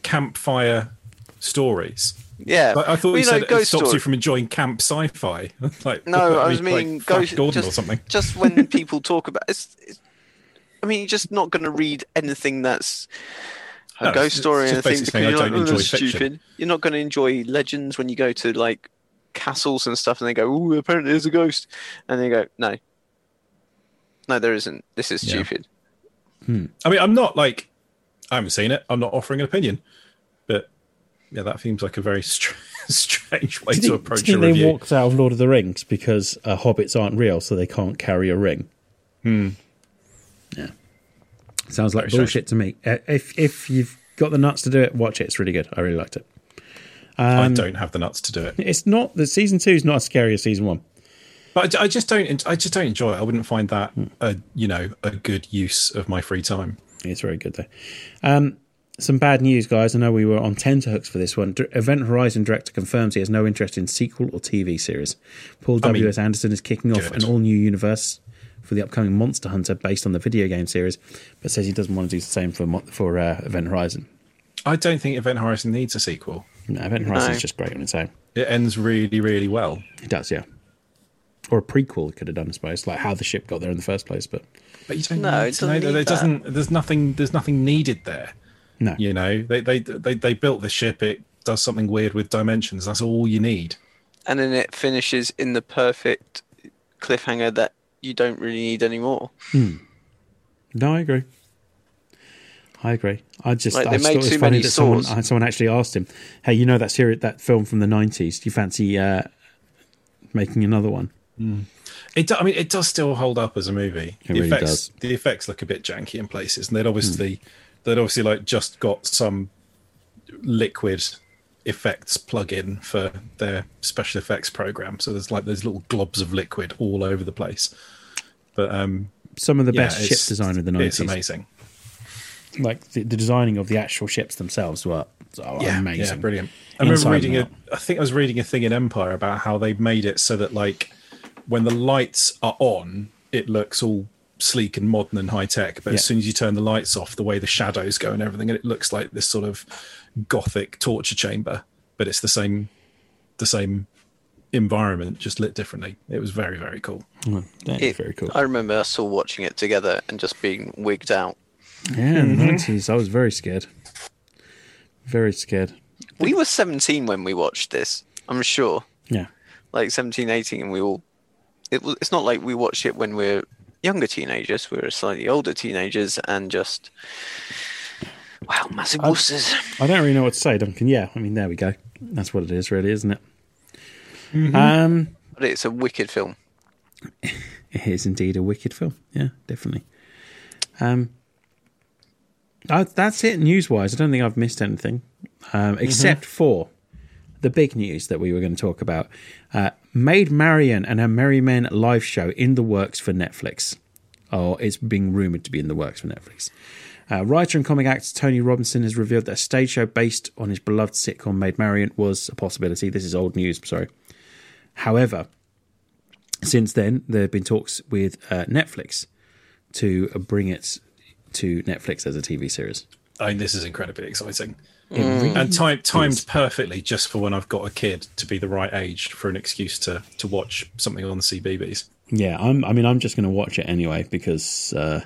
A: campfire stories
C: yeah.
A: Like, I thought
C: Well,
A: you said it stops
C: story-
A: you from enjoying camp sci-fi. like
C: No, I was
A: mean, like
C: meaning
A: Flash
C: ghost
A: Gordon
C: just,
A: or something.
C: just when people talk about it's, it's I mean, you're just not going to read anything that's a
A: No,
C: ghost
A: it's-
C: story
A: it's
C: or
A: just
C: anything
A: basically
C: because you're
A: saying I
C: like,
A: don't
C: oh, that's
A: enjoy fiction."
C: stupid. You're not going to enjoy legends when you go to like castles and stuff and they go, "Oh, apparently there's a ghost," and they go, "No, no, there isn't. This is
A: Yeah.
C: stupid."
A: I mean, I'm not like I haven't seen it. I'm not offering an opinion, but yeah, that seems like a very str- strange way to
B: Do you think, do you
A: approach
B: think
A: a
B: they
A: review.
B: walked out of Lord of the Rings because uh, hobbits aren't real, so they can't carry a ring? Hmm. Yeah. Sounds like
A: Very
B: bullshit to me. Uh, if if you've got the nuts to do it, watch it. It's really good. I really liked it.
A: I
B: um,
A: don't have the nuts to do it,
B: It's not the season two is not as scary as season one.
A: but I, I just don't. I just don't enjoy it. I wouldn't find that a you know a good use of my free time.
B: It's very good though. Um, some bad news, guys. I know we were on tenterhooks for this one. D- Event Horizon director confirms he has no interest in sequel or TV series. Paul W. S. Anderson is kicking off
A: good.
B: an all-new universe for the upcoming Monster Hunter based on the video game series, but says he doesn't want to do the same for Mon- for uh, Event Horizon.
A: I don't think Event Horizon needs a sequel.
B: No, Event Horizon
C: No.
B: is just great on its own.
A: It ends really, really well.
B: It does, yeah. Or a prequel it could have done, I suppose, like how the ship got there in the first place. But
A: But you don't
C: No,
A: need
C: it
A: to
C: doesn't
A: know that.
C: need
A: It
C: that.
A: doesn't. There's nothing. There's nothing needed there.
B: no,
A: You know, they they they, they built the ship. It does something weird with dimensions. That's all you need.
C: And then it finishes in the perfect cliffhanger that you don't really need anymore.
B: No, I agree. I agree. I just
C: Like,
B: I
C: they
B: just
C: made
B: thought it was
C: too
B: funny
C: many
B: that someone,
C: swords.
B: uh, someone actually asked him, "Hey, you know that series, that film from the '90s? Do you fancy uh, making another one?"
A: It. Do, I mean, it does still hold up as a movie. the
B: really
A: effects.
B: does. Hmm.
A: The effects look a bit janky in places, and they'd obviously they'd obviously like just got some liquid effects plug-in for their special effects program. So there's like those little globs of liquid all over the place. But um,
B: Some of the
A: yeah,
B: best ship
A: it's-
B: design of the
A: It's
B: '90s,
A: amazing.
B: like the, the designing of the actual ships themselves, were oh, amazing,
A: Yeah, brilliant. I remember
B: Inside
A: reading
B: and
A: a, I think I was reading a thing in Empire about how they made it so that like when the lights are on, it looks all sleek and modern and high tech. But
B: Yeah.
A: as soon as you turn the lights off, the way the shadows go and everything, and it looks like this sort of gothic torture chamber. But it's the same, the same environment, just lit differently. It was very, very cool.
B: out. That is
C: It-
B: very cool.
C: I remember us all watching it together and just being wigged out.
B: yeah, in the '90s, I was very scared, very scared.
C: We were 17 when we watched this, I'm sure.
B: Yeah,
C: Like 17, 18, and we all. It was, it's not like we watched it when we're younger teenagers, we were slightly older teenagers and just. Wow, massive horses.
B: I don't really know what to say, Duncan. Yeah, I mean, there we go. That's what it is, really, isn't it? Um.
C: But it's a wicked film.
B: it is indeed a wicked film. Yeah, definitely. Um, I, that's it news wise. I don't think I've missed anything um, except for the big news that we were going to talk about. Uh, Maid Marian and her Merry Men live show in the works for Netflix. Or it's being rumored to be in the works for Netflix. Uh, writer and comic actor Tony Robinson has revealed that a stage show based on his beloved sitcom Maid Marian was a possibility. This is old news, sorry. However, since then, there have been talks with uh, Netflix to bring it to Netflix as a TV series.
A: I mean, this is incredibly exciting. and time, timed perfectly just for when I've got a kid to be the right age for an excuse to to watch something on the CBBS.
B: Yeah, I'm, I mean, I'm just going to watch it anyway because uh,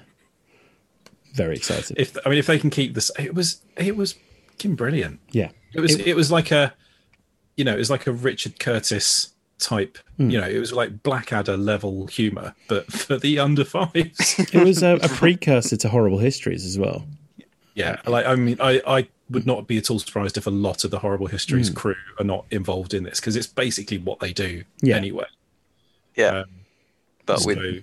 B: very excited.
A: If I mean, if they can keep this, it was it was fucking brilliant.
B: yeah,
A: It was it, was like a, you know, it was like a Richard Curtis type. You know, it was like Blackadder level humor, but for the under fives.
B: It was a, a precursor to Horrible Histories as well.
A: yeah, like I mean, I I would not be at all surprised if a lot of the Horrible Histories crew are not involved in this because it's basically what they do
B: Yeah.
A: anyway.
C: yeah, but with
A: So,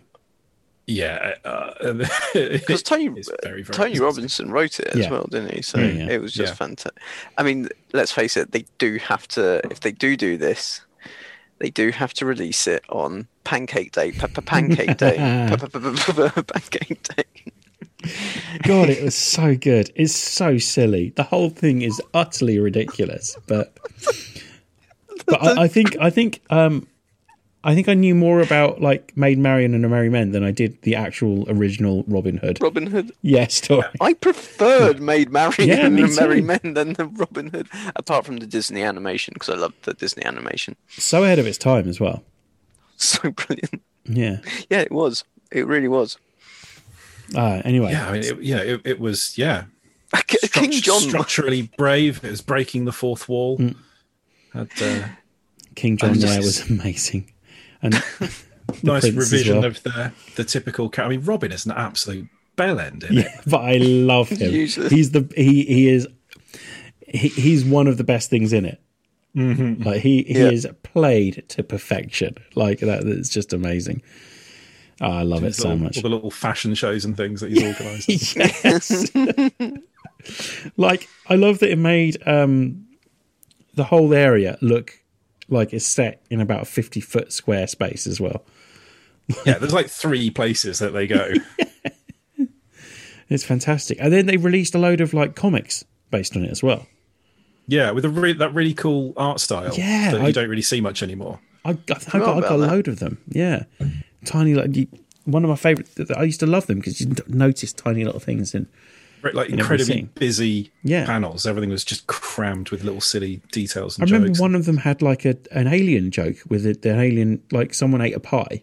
A: yeah, uh,
C: because
A: because
C: Tony
A: very, very
C: Tony
A: expensive.
C: Robinson wrote it as
B: Yeah. Mm,
C: well, didn't he? So
B: Yeah, yeah.
C: it was just
A: Yeah.
C: fantastic. I mean, let's face it; they do have to. If they do do this, they do have to release it on Pancake Day. Pa- pa- Pancake Day. Pa- pa- pa- pa- pa- pa- Pancake Day.
B: God, it was so good. It's so silly. The whole thing is utterly ridiculous. But but I, I think I think um I think I knew more about like Maid Marian and the Merry Men than I did the actual original Robin Hood.
C: Robin Hood.
B: yeah, story.
C: I preferred Maid Marian
B: Yeah,
C: and
B: me
C: the Merry
B: too.
C: Men than the Robin Hood, apart from the Disney animation, because I loved the Disney animation.
B: So ahead of its time as well.
C: So brilliant.
B: Yeah.
C: Yeah, it was. It really was.
B: Uh, anyway.
A: yeah, I mean, it, yeah, it, it was yeah,
C: King
A: struct-
C: John.
A: structurally brave. It was breaking the fourth wall.
B: Mm.
A: Had uh,
B: King John
A: just-
B: Ware was amazing. And
A: nice
B: Prince as
A: revision
B: well.
A: of the the typical. Ca- I mean, Robin is an absolute bell end. Isn't it?
B: yeah, but I love him.
C: Useless.
B: He's the he he is he, he's one of the best things in it. Like he he
C: Yeah.
B: is played to perfection. Like that it's just amazing. Oh, I love it so
A: all,
B: much.
A: all the little fashion shows and things that he's organised.
B: yes. like I love that it made um the whole area look like it's set in about a 50 foot square space as well.
A: yeah, there's like three places that they go.
B: It's fantastic. And then they released a load of like comics based on it as well.
A: yeah, with a re- that really cool art style.
B: Yeah,
A: that
B: I-
A: you don't really see much anymore.
B: I, I think I got, I
C: about
B: got a
C: that.
B: load of them. Yeah, tiny like you- one of my favorite. I used to love them because you d- notice tiny little things and
A: Re- Like
B: never
A: incredibly
B: seen.
A: busy
B: Yeah.
A: panels. Everything was just crammed with little silly details
B: I
A: and
B: remember
A: jokes.
B: one of them had like a an alien joke with it. The alien like someone ate a pie,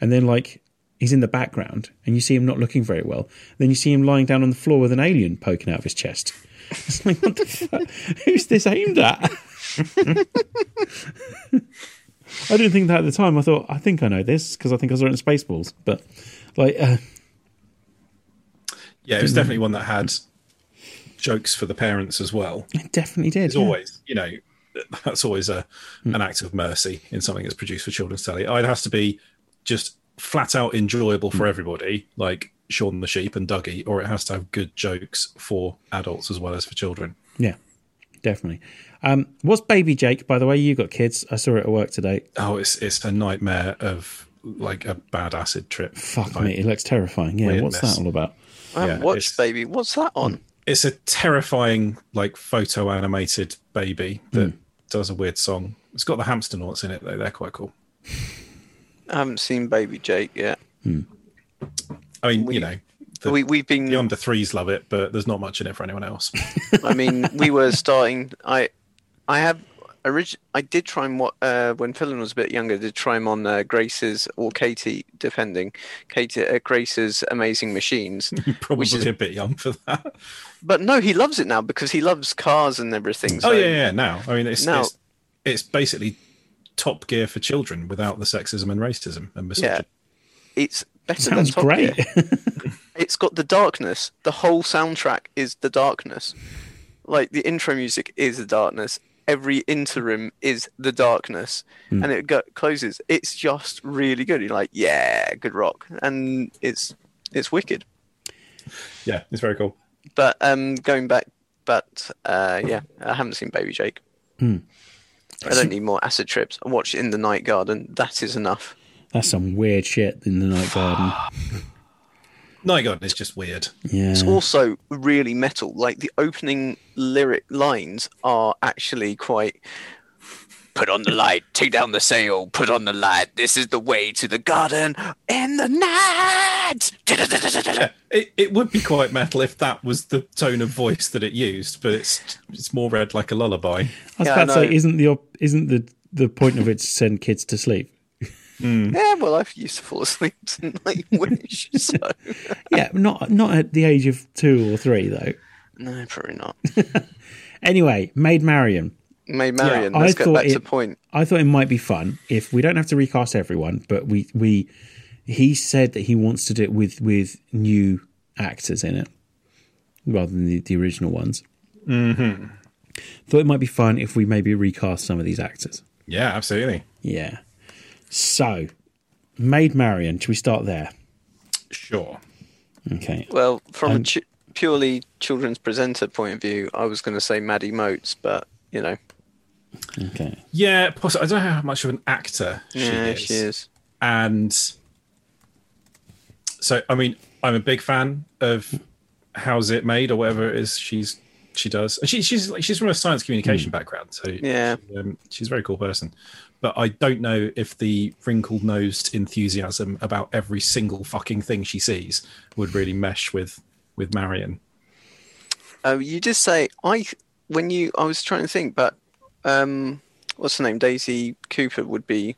B: and then like he's in the background and you see him not looking very well. Then you see him lying down on the floor with an alien poking out of his chest. It's like what the fuck? Who's this aimed at? I didn't think that at the time. I thought I think I know this because I think I saw it in Spaceballs, but like. Uh,
A: yeah, it was definitely one that had jokes for the parents as well.
B: It definitely did.
A: It's
B: yeah.
A: always, you know, that's always a an act of mercy in something that's produced for children's telly. It has to be just flat out enjoyable for everybody, like Shaun the Sheep and Dougie, or it has to have good jokes for adults as well as for children.
B: Yeah, definitely. Um, what's Baby Jake, by the way? You got kids. I saw it at work today.
A: Oh, it's it's a nightmare of like a bad acid trip.
B: Fuck
A: Like,
B: me. It looks terrifying. Yeah, what's
A: weirdness.
B: that all about?
C: I haven't
A: Yeah,
C: watched
A: it's-
C: Baby. What's that on?
A: It's a terrifying like photo animated baby that does a weird song. It's got the hamster noughts in it though. They're quite cool.
C: I haven't seen Baby Jake yet.
A: I mean, you know, the,
C: we we've been.
A: the under threes love it, but there's not much in it for anyone else.
C: I mean, we were starting. I I have orig- I did try him what uh, when Philin was a bit younger. I did try him on uh, Grace's or Katie defending Katie uh, Grace's Amazing Machines,
A: Probably
C: is-
A: a bit young for that.
C: but no, he loves it now because he loves cars and everything. So
A: oh yeah, yeah. Now, I mean, it's,
C: Now-
A: it's it's basically Top Gear for children without the sexism and racism and misogyny.
C: Yeah. It's better
B: Sounds
C: than Top
B: great.
C: Gear. It's got the darkness. The whole soundtrack is the darkness. Like the intro music is the darkness. Every interim is the darkness,
B: Hmm.
C: and it go- closes. It's just really good. You're like, yeah, good rock, and it's it's wicked.
A: Yeah, it's very cool.
C: But um, going back, but uh, yeah, I haven't seen Baby Jake.
B: Hmm.
C: I don't need more acid trips. I watched In the Night Garden. That is enough.
B: That's some weird shit in the night garden.
A: Night Garden is just weird.
B: Yeah.
C: It's also really metal. Like the opening lyric lines are actually quite. Put on the light, take down the sail, put on the light. This is the way to the garden in the night.
A: It, it would be quite metal if that was the tone of voice that it used, but it's it's more read like a lullaby.
B: I was
C: Yeah,
B: about
C: I
B: to say,
C: know.
B: isn't the op- isn't the the point of it to send kids to sleep?
C: Yeah, well, I used to fall asleep to Night Wish, so
B: Yeah, not not at the age of two or three though.
C: no, probably not.
B: Anyway, Maid Marian.
C: May Marion. let's get back
B: it,
C: to point.
B: I thought it might be fun if we don't have to recast everyone, but we we he said that he wants to do it with with new actors in it rather than the, the original ones.
C: Mm-hmm.
B: Thought it might be fun if we maybe recast some of these actors.
A: Yeah, absolutely.
B: Yeah. So, Maid Marian. Should we start there?
A: Sure.
B: Okay.
C: Well, from a ch- purely children's presenter point of view, I was going to say Maddie Moats, but you know,
B: Okay.
A: Yeah, possibly. I don't know how much of an actor she
C: yeah,
A: is.
C: she is.
A: And so, I mean, I'm a big fan of How's It Made or whatever it is she's she does. And she, she's like she's from a science communication background, so
C: Yeah.
A: um, she's a very cool person. But I don't know if the wrinkled nosed enthusiasm about every single fucking thing she sees would really mesh with with Marion.
C: Oh, you just say I when you I was trying to think, but um, what's her name? Daisy Cooper would be.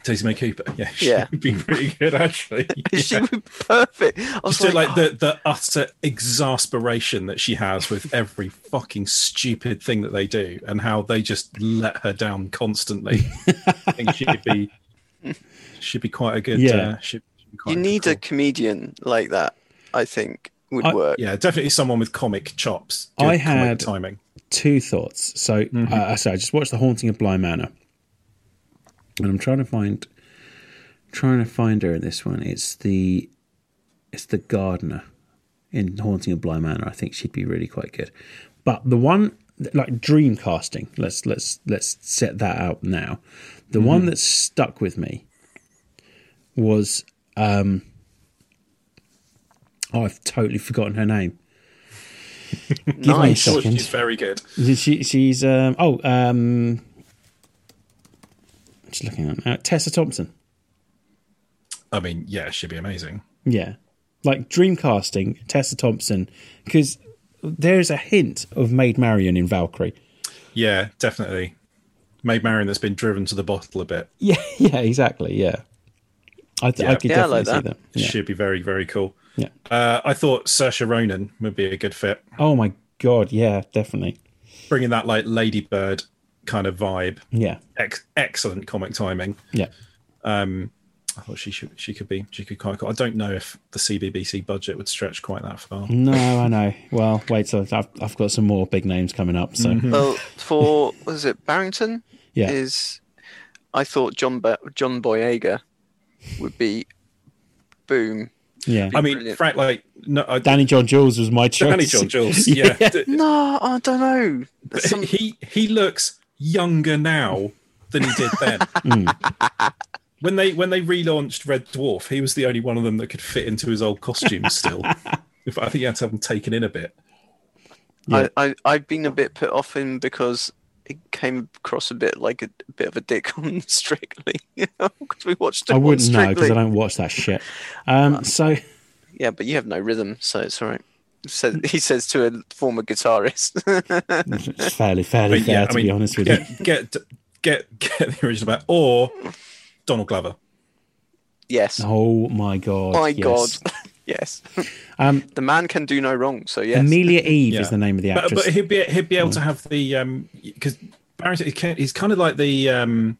A: Daisy May Cooper, yeah, she'd
C: Yeah.
A: be pretty good actually.
C: She
A: Yeah.
C: would be perfect. I was
A: Just like, like
C: like,
B: "Oh."
A: the, the utter exasperation that she has with every fucking stupid thing that they do and how they just let her down constantly. I think she'd be she'd be quite a good
B: Yeah.
A: uh, she'd, she'd be
C: "Oh,
A: quite
C: you
A: a good
C: need a
A: call.
C: comedian like that. I think would
B: I-
C: work.
A: yeah, definitely someone with comic chops.
B: I
A: comic
B: had-
A: timing.
B: two thoughts. So, uh, so I just watched The Haunting of Bly Manor, and I'm trying to find, trying to find her in this one. It's the, it's the gardener in Haunting of Bly Manor. I think she'd be really quite good. But the one like dream casting, let's let's let's set that out now. The one that stuck with me was, um, oh, I've totally forgotten her name. Give me a
C: Nice.
A: Sure,
B: second.
A: she's very good.
B: She, she- she's um, oh um, just looking at now. Tessa Thompson.
A: I mean, yeah, she'd be amazing.
B: Yeah, like dreamcasting Tessa Thompson because there is a hint of Maid Marian in Valkyrie.
A: Yeah, definitely. Maid Marian that's been driven to the bottle a bit.
B: Yeah, yeah, exactly. Yeah, I, th- I
A: Yeah.
B: could
C: Yeah, I
B: definitely
C: like
B: see
C: that.
B: that. Yeah.
A: She'd be very, very cool.
B: yeah.
A: Uh, I thought Saoirse Ronan would be a good fit.
B: Oh my god. Yeah, definitely.
A: bringing that like ladybird kind of vibe
B: Yeah.
A: Ex- excellent comic timing
B: Yeah.
A: i thought she should she could be she could quite cool. i don't know if the cbbc budget would stretch quite that far
B: No, I know. Well, wait. So I've I've got some more big names coming up. So
A: Mm-hmm.
C: Well, for was it Barrington?
B: Yeah.
C: Is I thought John Ba John Boyega would be boom.
B: yeah.
A: i mean
C: Brilliant.
A: frank like no I,
B: Danny John Jules was my choice.
A: danny john jules yeah, D-
C: No, I don't know. There's some-
A: he he looks younger now than he did then when they when they relaunched red dwarf he was the only one of them that could fit into his old costume still if i think you had to have him taken in a bit
B: Yeah.
C: I, I I've been a bit put off him because it came across a bit like a, a bit of a dick on Strictly. Because we watched it
B: I
C: on
B: wouldn't know because
C: Strictly.
B: I don't watch that shit. Um, so
C: Yeah, but you have no rhythm, so it's all right. Says,
B: Mm.
C: he says to a former guitarist.
B: it's fairly, fairly
A: But
B: fair to be honest with you.
A: get, Get get get the original back or Donald Glover.
C: yes.
B: Oh my god!
C: My
B: yes.
C: God. yes.
B: Um,
C: the man can do no wrong, so yes.
B: Amelia Eve
A: Yeah.
B: is the name of the
A: But,
B: actress.
A: but he'd be he'd be able to have the um because Barrington he can- he's kind of like the um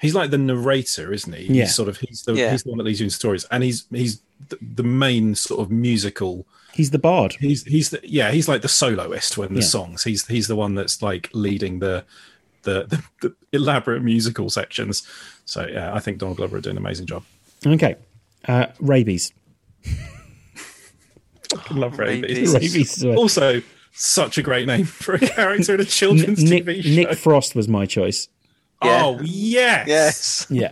A: he's like the narrator, isn't he?
B: Yeah.
A: He's sort of he's the
C: Yeah.
A: he's the one that leads you in stories, and he's he's the, the main sort of musical.
B: He's the bard.
A: He's he's the, yeah he's like the soloist when the
B: Yeah.
A: songs. He's he's the one that's like leading the. The, the, the elaborate musical sections, so yeah, I think Donald Glover would do an amazing job.
B: Okay, uh, rabies.
A: I love rabies.
C: Rabies.
B: Rabies. is a-
A: also such a great name for a character in a
B: N-
A: children's
B: Nick,
A: TV show.
B: Nick Frost was my choice.
A: oh yes,
C: Yes.
B: Yeah,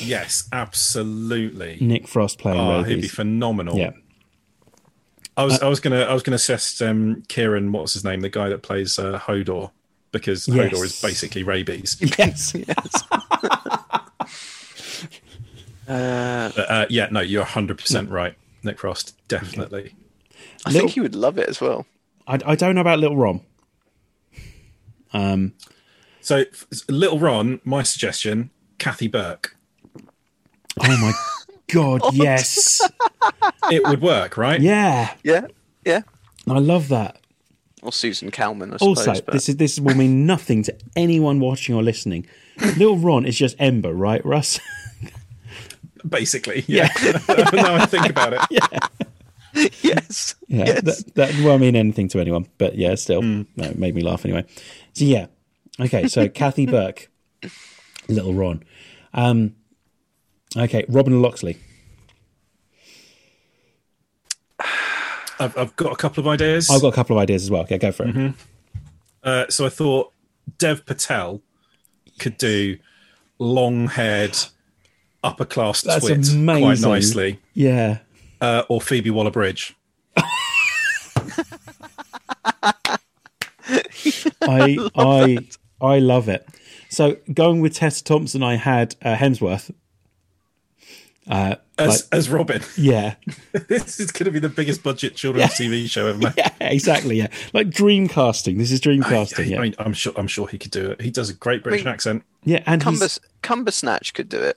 A: yes, absolutely.
B: Nick Frost playing
A: Oh, he'd be
B: rabies.
A: phenomenal.
B: Yeah, Uh,
A: I was, I was gonna, I was gonna suggest um, Kieran. What's his name? The guy that plays uh, Hodor, because
B: Yes.
A: Hodor is basically rabies.
B: yes,
A: But, uh, yeah, no, you're 100 percent right. Nick Frost, definitely.
C: I
B: Little-
C: think he would love it as well.
B: I, I don't know about Little Rom.
A: So, f- Little Ron, my suggestion, Kathy Burke.
B: Oh my god! yes,
A: It would work, right?
B: yeah,
C: Yeah. Yeah.
B: I love that.
C: or Susan Cowman, I suppose.
B: Also,
C: but-
B: this is this will mean nothing to anyone watching or listening. Little Ron is just Ember, right, Russ?
A: basically. Yeah. now I think about it.
C: yes.
B: Yeah,
C: yes.
B: that, that won't mean anything to anyone, but yeah, still,
A: Hmm.
B: no, it made me laugh anyway. So yeah, okay, so Kathy Burke, Little Ron, um, okay, Robin Loxley,
A: I've, I've got a couple of ideas.
B: I've got a couple of ideas as well. Okay, go for it.
A: Mm-hmm. Uh, so I thought Dev Patel could do long-haired, upper-class
B: That's
A: twit quite
B: amazing.
A: nicely,
B: Yeah,
A: uh, or Phoebe Waller-Bridge.
B: I I I love it. So going with Tessa Thompson, I had uh, Hemsworth.
A: As,
B: Like-
A: as Robin,
B: Yeah,
A: this is going to be the biggest budget children's TV show ever. made.
B: yeah, exactly. Yeah, like dream casting. This is dream casting.
A: I
B: Yeah,
A: mean, I'm sure. I'm sure he could do it. He does a great British
C: mean-
A: accent.
B: yeah. And he's-
C: Cumber, Cumbersnatch could do it.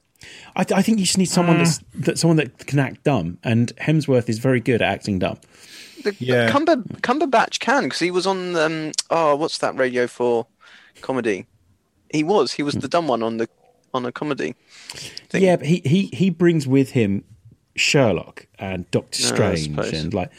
B: I, I think you just need someone that's that someone that can act dumb, and Hemsworth is very good at acting dumb.
C: The,
A: Yeah.
C: Cumber, Cumberbatch can because he was on um oh what's that Radio Four comedy? He was he was the dumb one on the on a comedy. thing.
B: Yeah, but he, he he brings with him Sherlock and Doctor
C: I
B: Strange
C: suppose.
B: and like.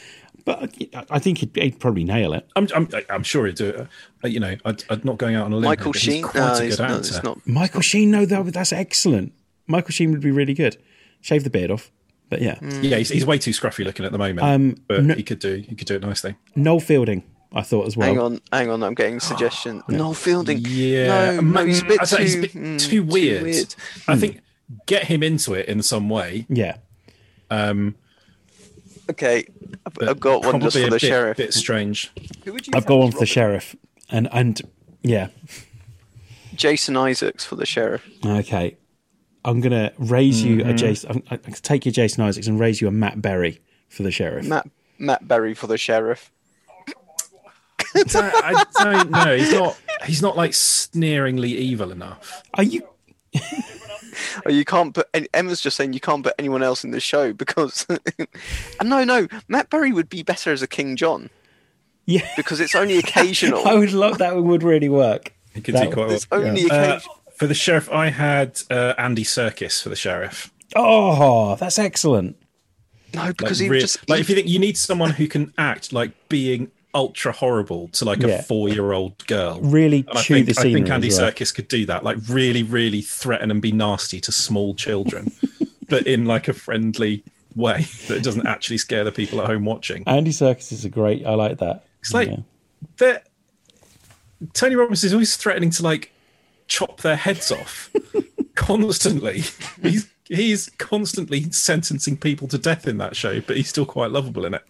B: But uh, I- I think he'd, he'd probably nail it.
A: I'm, I'm, I'm sure he'd do it. Uh, you know, I'd, I'd not going out on a limb.
C: Michael
A: here, but He's
C: Sheen.
A: quite
C: No,
A: a
C: he's
A: good
C: not,
A: actor.
C: he's not.
B: Michael Sheen, no, that, that's excellent. Michael Sheen would be really good. Shave the beard off, but yeah.
A: Yeah, he's, he's way too scruffy looking at the moment.
B: Um,
A: but he could do. He could do it nicely.
B: Noel Fielding, I thought as well.
C: Hang on, hang on. I'm getting a suggestion. Noel Fielding.
A: Oh, Yeah, um,
C: no, no, he's a bit
A: I
C: too,
A: say he's a bit
C: mm,
A: too weird. I
B: Hmm.
A: think get him into it in some way.
B: Yeah,
C: Okay, I've, I've got one just
A: Probably
C: for
A: a
C: the
A: bit,
C: sheriff.
A: bit strange.
C: Who would you
B: I've got one for the sheriff, and and yeah,
C: Jason Isaacs for the sheriff.
B: okay. I'm gonna raise you
A: Mm-hmm.
B: a Jason. I'm- I can take your Jason Isaacs and raise you a Matt Berry for the sheriff.
C: Matt Matt Berry for the sheriff.
A: I don't know. He's not. He's not like sneeringly evil enough.
B: Are you?
C: Oh, you can't put. and Emma's just saying you can't put anyone else in the show because. And no, no, Matt Berry would be better as a King John
B: Yeah,
C: because it's only occasional.
B: I would love that. Would really work.
A: He could
B: That-
A: do quite well.
C: it's only
A: Uh,
C: occasional.
A: for the sheriff, I had uh, Andy Circus for the sheriff.
B: Oh, that's excellent. Uh,
C: no,
A: Like,
C: because he would
A: real-
C: just.
A: like
C: he-
A: if you think you need someone who can act like being ultra horrible to like
B: Yeah.
A: a four-year-old girl,
B: Really
A: And I
B: chew
A: think,
B: the
A: I
B: scenery
A: think Andy
B: as well.
A: Circus could do that, like really, really threaten and be nasty to small children, but in like a friendly way that doesn't actually scare the people at home watching.
B: Andy Circus is a great. I like that.
A: It's like that. Tony Robbins is always threatening to like chop their heads off constantly. He's he's constantly sentencing people to death in that show, but he's still quite lovable in it.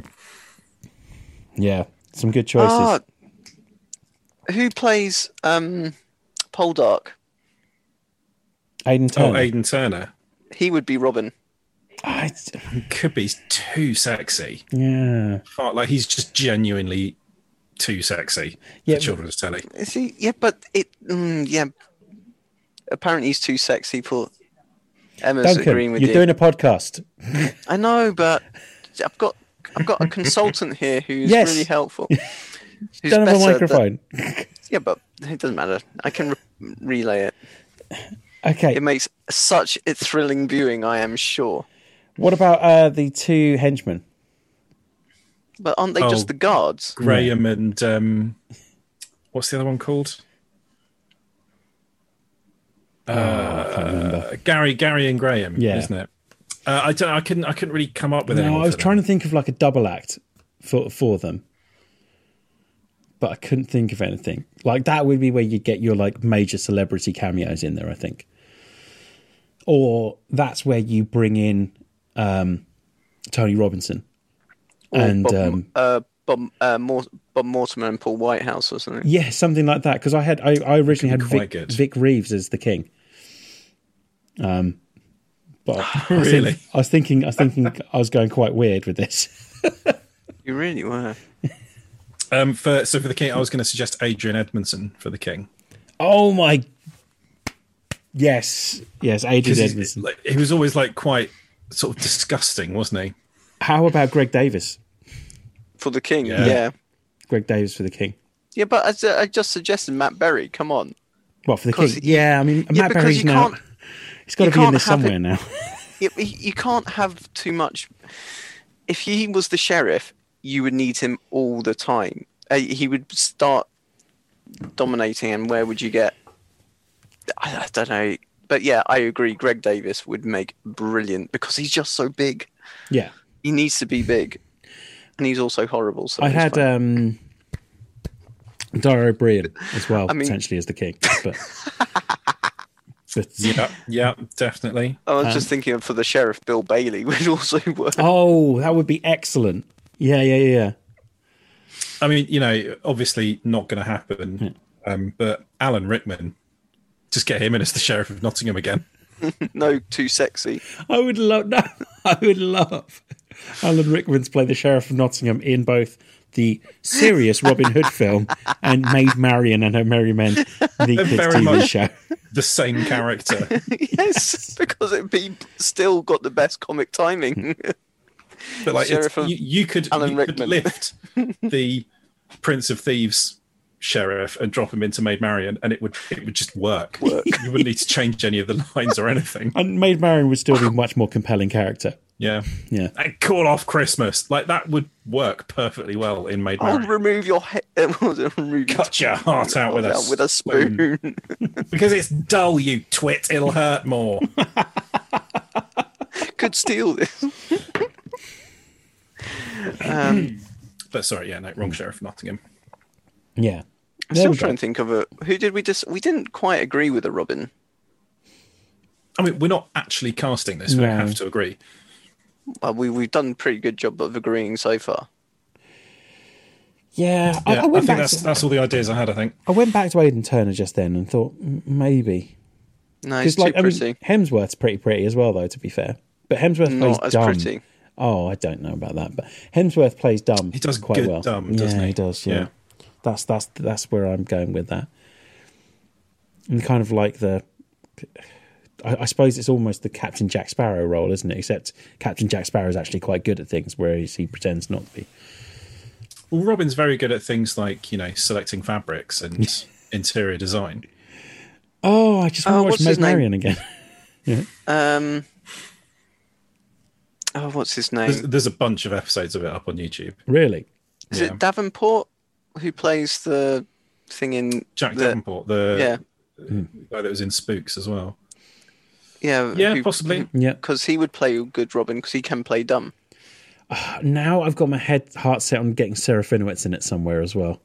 B: yeah, some good choices.
C: Ah, who plays um, Poldark?
B: Aiden
A: Oh,
B: Turner.
A: Aidan Turner
C: He would be Robin.
B: Ah, it's-
A: could be too sexy.
B: yeah,
A: Oh, like he's just genuinely too sexy
B: Yeah, but-
A: for children's telly.
C: Is he? Yeah, but it. Mm, yeah. Apparently, he's too sexy for. Emma's agreeing
B: Duncan,
C: with
B: you're
C: you.
B: doing a podcast.
C: I know, but I've got I've got a consultant here who's
B: Yes.
C: really helpful. Who's
B: Don't have a
C: better at-
B: microphone.
C: yeah, but it doesn't matter. I can re- relay it.
B: Okay.
C: It makes such a thrilling viewing. I am sure.
B: What about uh, the two henchmen?
C: But aren't they
A: Oh.
C: just the guards?
A: Graham and um, what's the other one called?
B: Oh,
A: Uh, Gary, Gary and Graham,
B: Yeah.
A: isn't it? Uh, I don't. I couldn't. I couldn't really come up with
B: No,
A: anyone
B: I was
A: for them.
B: trying to think of like a double act for for them, but I couldn't think of anything. Like that would be where you get your like major celebrity cameos in there, I think. Or that's where you bring in um, Tony Robinson
A: Oh,
B: and
C: Bob,
B: um,
C: uh, Bob, uh, Mort- Bob Mortimer and Paul Whitehouse or something.
B: Yeah, something like that. Because I had I, I originally had
A: Could be quite
B: Vic,
A: good.
B: Vic Reeves as the king. Um, but I, I was think-
A: Really?
B: I was thinking I was thinking I was going quite weird with this.
C: You really were.
A: Um, for so for the king, I was going to suggest Adrian Edmondson for the king
B: Oh my! Yes, yes, Adrian
A: because
B: Edmondson.
A: he was always like quite sort of disgusting, wasn't he?
B: How about Greg Davis?
C: For the king,
A: Yeah.
C: yeah.
B: Greg Davis for the King.
C: Yeah, but as, uh, I just suggested Matt Berry. Come on.
B: Well, for the King.
C: Because you-
B: yeah, I mean,
C: yeah,
B: Matt
C: because
B: Berry's
C: you
B: now.
C: can't-
B: He's got to
C: you
B: be in
C: can't
B: this
C: have it-
B: somewhere now.
C: You, you can't have too much. If he was the sheriff, you would need him all the time. Uh, he would start dominating, and where would you get? I, I don't know. But yeah, I agree. Greg Davis would make brilliant because he's just so big.
B: yeah.
C: He needs to be big, and he's also horrible. So
B: I
C: it's
B: had um,
C: fine.
B: Dara O'Brien as well,
C: mean-
B: potentially as the King. But, but
A: Yeah, yeah, definitely.
C: I
B: um,
C: was just thinking for the sheriff, Bill Bailey would also work.
B: oh, that would be excellent. Yeah, yeah, yeah, yeah.
A: I mean, you know, obviously not going to happen. Um, but Alan Rickman, just get him in as the sheriff of Nottingham again.
C: No, too sexy.
B: I would love. No, I would love Alan Rickman's play the sheriff of Nottingham in both the serious Robin Hood film and Maid Marian and Her Merry Men, the kids
A: Very
B: TV
A: much.
B: show.
A: The same character.
C: yes, because it'd be still got the best comic timing.
A: But like, it's,
C: Sheriff of
A: you, you could
C: Alan
A: you could
C: Rickman.
A: lift the Prince of Thieves sheriff and drop him into Maid Marian, and it would it would just work. you wouldn't need to change any of the lines or anything.
B: And Maid Marian would still be a much more compelling character.
A: Yeah,
B: Yeah.
A: And call off Christmas. Like that would work perfectly well in Maid
C: I'll
A: Marian.
C: remove your head. remove your
A: Cut your heart out with a
C: with a spoon.
A: because it's dull, you twit. It'll hurt more.
C: Could steal this. um,
A: but sorry, yeah, no,
B: Hmm.
A: wrong sheriff of Nottingham.
B: Yeah.
C: I'm
B: There
C: still
B: we go.
C: trying to think of a who did we just we didn't quite agree with a Robin.
A: I mean, we're not actually casting this. We
B: No.
A: have to agree.
C: Well, Uh, we we've done a pretty good job of agreeing so far.
B: Yeah. I,
A: Yeah,
B: I
A: I,
B: went
A: think
B: back
A: that's
B: to,
A: that's all the ideas I had. I think
B: I went back to Aidan Turner just then and thought "Mm, maybe
C: No,
B: because
C: it's
B: like
C: too
B: I mean,
C: pretty.
B: Hemsworth's pretty pretty as well though. To be fair, but Hemsworth
C: Not
B: plays
C: as
B: dumb.
C: pretty.
B: Oh, I don't know about that, but Hemsworth plays dumb.
A: He does
B: quite
A: good
B: well.
A: dumb,
B: yeah,
A: doesn't he?
B: does. Yeah.
A: Yeah.
B: that's that's that's where I'm going with that. And kind of like the, I, I suppose it's almost the Captain Jack Sparrow role, isn't it? Except Captain Jack Sparrow is actually quite good at things, whereas he pretends not to be.
A: Well, Robin's very good at things like you know selecting fabrics and interior design.
B: Oh, I just
C: Oh,
B: want to watch
C: what's his
B: Meg
C: name?
B: Marian again.
C: Um, oh, what's his name?
A: There's, there's a bunch of episodes of it up on YouTube.
B: really?
C: Is
A: Yeah.
C: it Davenport who plays the thing in
A: Jack
C: the,
A: Davenport, the
C: Yeah,
A: guy that was in Spooks as well.
C: yeah,
A: Yeah, possibly.
B: Yeah.
C: Because he would play good Robin because he can play dumb.
B: Now I've got my head heart set on getting Sarah Finowitz in it somewhere as well.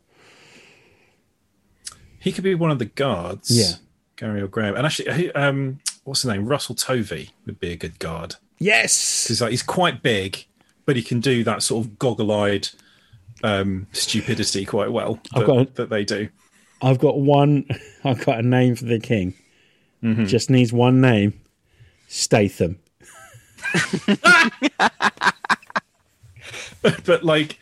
A: He could be one of the guards.
B: Yeah.
A: Gary or Graham, and actually, who- um, what's his name? Russell Tovey would be a good guard.
B: Yes.
A: He's like he's quite big, but he can do that sort of goggle-eyed um, stupidity quite well that,
B: got it.
A: that they do.
B: I've got one. I've got a name for the king. Just needs one name. Statham.
A: but like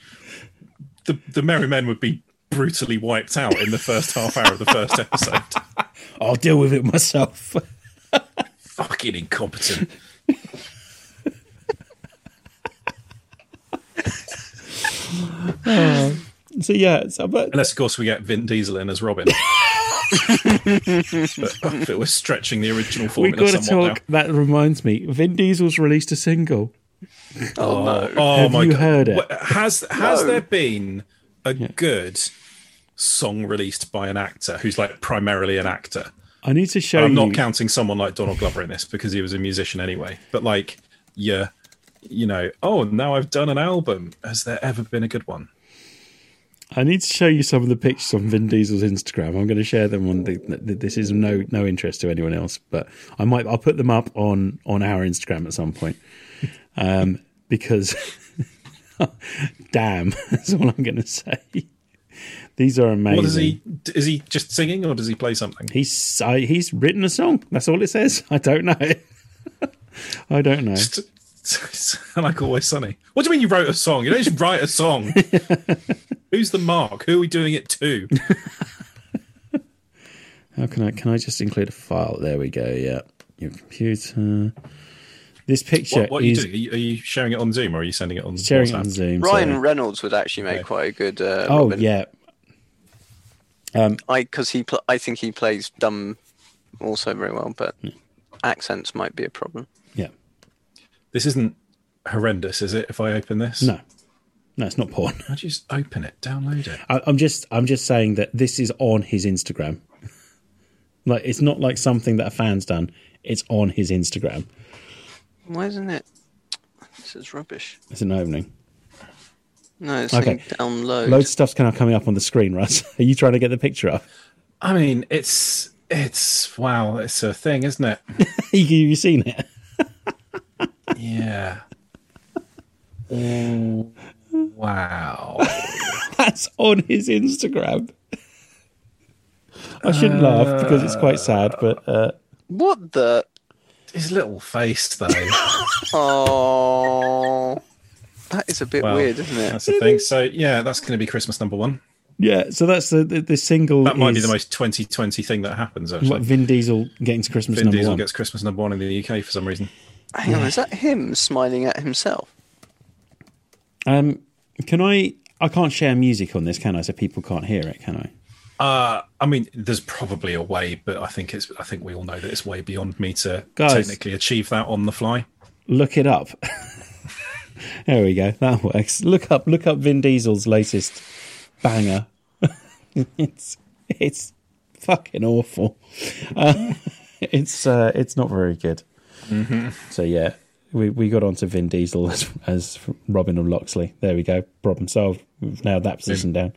A: the the merry men would be brutally wiped out in the first half hour of the first episode
B: I'll deal with it myself.
A: fucking incompetent
B: so yeah, so, but
A: unless of course we get vin diesel in as robin but if it was stretching the original
B: we
A: formula
B: got to
A: somewhat
B: talk. That reminds me, Vin Diesel's released a single.
A: now
C: Oh, no!
A: oh
B: Have
A: my
B: you
A: god
B: heard it?
A: Wha- has has
C: No.
A: there been a good song released by an actor who's like primarily an actor
B: I need to show
A: I'm
B: you.
A: not counting someone like Donald Glover in this because he was a musician anyway. But like, yeah, you know, oh, now I've done an album. Has there ever been a good one?
B: I need to show you some of the pictures on Vin Diesel's Instagram. I'm going to share them on the. th- This is no no interest to anyone else, but I might I'll put them up on on our Instagram at some point, um, because damn, that's all I'm going to say. These are amazing.
A: What is he? Is he just singing or does he play something?
B: He's I, he's written a song. That's all it says. I don't know. I don't know.
A: Sound like always sunny. What do you mean you wrote a song? You don't just write a song. Who's the mark? Who are we doing it to?
B: How can I can I just include a file? There we go. Yeah, your computer. This picture
A: What, what are you
B: is
A: doing? Are you, are you sharing it on Zoom or are you sending it on
B: sharing it
A: WhatsApp?
B: on Zoom.
C: Ryan
B: sorry.
C: Reynolds would actually make quite a good. Uh,
B: Oh
C: Robin.
B: yeah,
C: I because he pl- I think he plays dumb also very well, but
A: Hmm.
C: accents might be a problem.
B: yeah.
A: This isn't horrendous, is it? If I open this,
B: No, no, it's not porn.
A: I just open it, download it.
B: I, I'm just I'm just saying that this is on his Instagram. Like it's not like something that a fan's done. It's on his Instagram.
C: Why isn't it? This is rubbish.
B: It's an opening.
C: No, it's
B: Okay.
C: saying download.
B: Loads of stuff's kind of coming up on the screen, Russ. Are you trying to get the picture up?
A: I mean, it's it's wow, it's a thing, isn't it?
B: you, you seen it?
A: Yeah. Oh, wow.
B: That's on his Instagram. I shouldn't laugh because it's quite sad, but uh,
C: What the?
A: His little face, though.
C: Oh, that is a bit
A: Wow.
C: weird, isn't it?
A: That's the thing. So yeah, that's going to be Christmas number one.
B: yeah. So that's the the, the single.
A: That might be
B: is
A: the most 2020 thing that happens.
B: what,
A: Actually,
B: Vin Diesel getting to Christmas
A: Vin
B: number
A: Diesel
B: one.
A: gets Christmas number one in the UK for some reason.
C: Hang on, is that him smiling at himself?
B: Um, can I? I can't share music on this, can I? So people can't hear it, can I?
A: Uh, I mean, there's probably a way, but I think it's. I think we all know that it's way beyond me to
B: Guys.
A: technically achieve that on the fly.
B: Look it up. there we go. That works. Look up. Look up Vin Diesel's latest banger. it's it's fucking awful. Uh, it's uh, it's not very good. So yeah, we we got onto Vin Diesel as as Robin of Loxley. There we go. Problem solved. We've nailed that position down.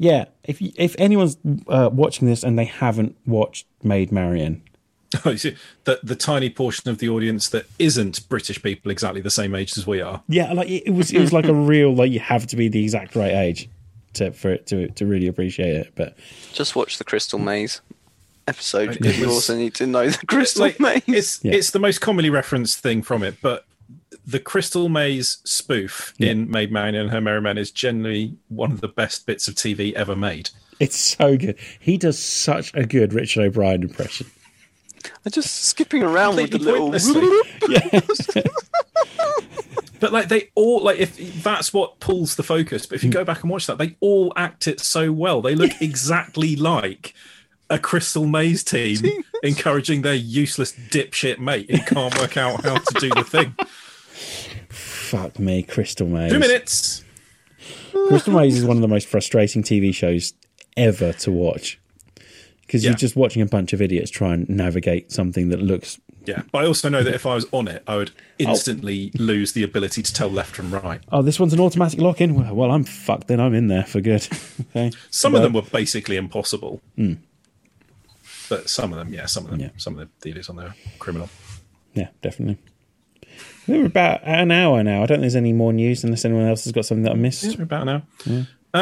B: Yeah, if you, if anyone's uh, watching this and they haven't watched Maid Marian,
A: Oh, you see, the the tiny portion of the audience that isn't British people exactly the same age as we are.
B: Yeah, like it it was it was like a real like you have to be the exact right age to for it to to really appreciate it. But
C: Just watch the Crystal Maze episode.
A: It
C: because you
A: was-
C: also need to know the Crystal
A: Like,
C: Maze.
A: it's
B: Yeah.
A: it's the most commonly referenced thing from it, but the Crystal Maze spoof in Maid Marian and Her Merry Men is generally one of the best bits of TV ever made.
B: it's so good. He does such a good Richard O'Brien impression.
C: I'm just skipping around with the
A: Completely
C: little.
A: pointlessly.
B: Yeah,
A: But like they all like if that's what pulls the focus. But if you go back and watch that, they all act it so well. They look exactly like a Crystal Maze team encouraging their useless dipshit mate who can't work out how to do the thing.
B: fuck me, Crystal Maze.
A: Two minutes.
B: Crystal Maze is one of the most frustrating TV shows ever to watch because
A: Yeah.
B: you're just watching a bunch of idiots try and navigate something that looks
A: Yeah, but I also know that if I was on it, I would instantly lose the ability to tell left from right.
B: oh this one's an automatic lock in well, well i'm fucked then i'm in there for good okay
A: Some of them were basically impossible, but some of them, yeah, some of them,
B: Yeah.
A: some of the dealers on there are criminal.
B: Yeah, definitely. We're about an hour now. I don't think there's any more news unless anyone else has got something that I
A: Is
B: missed.
A: there about now? Uh,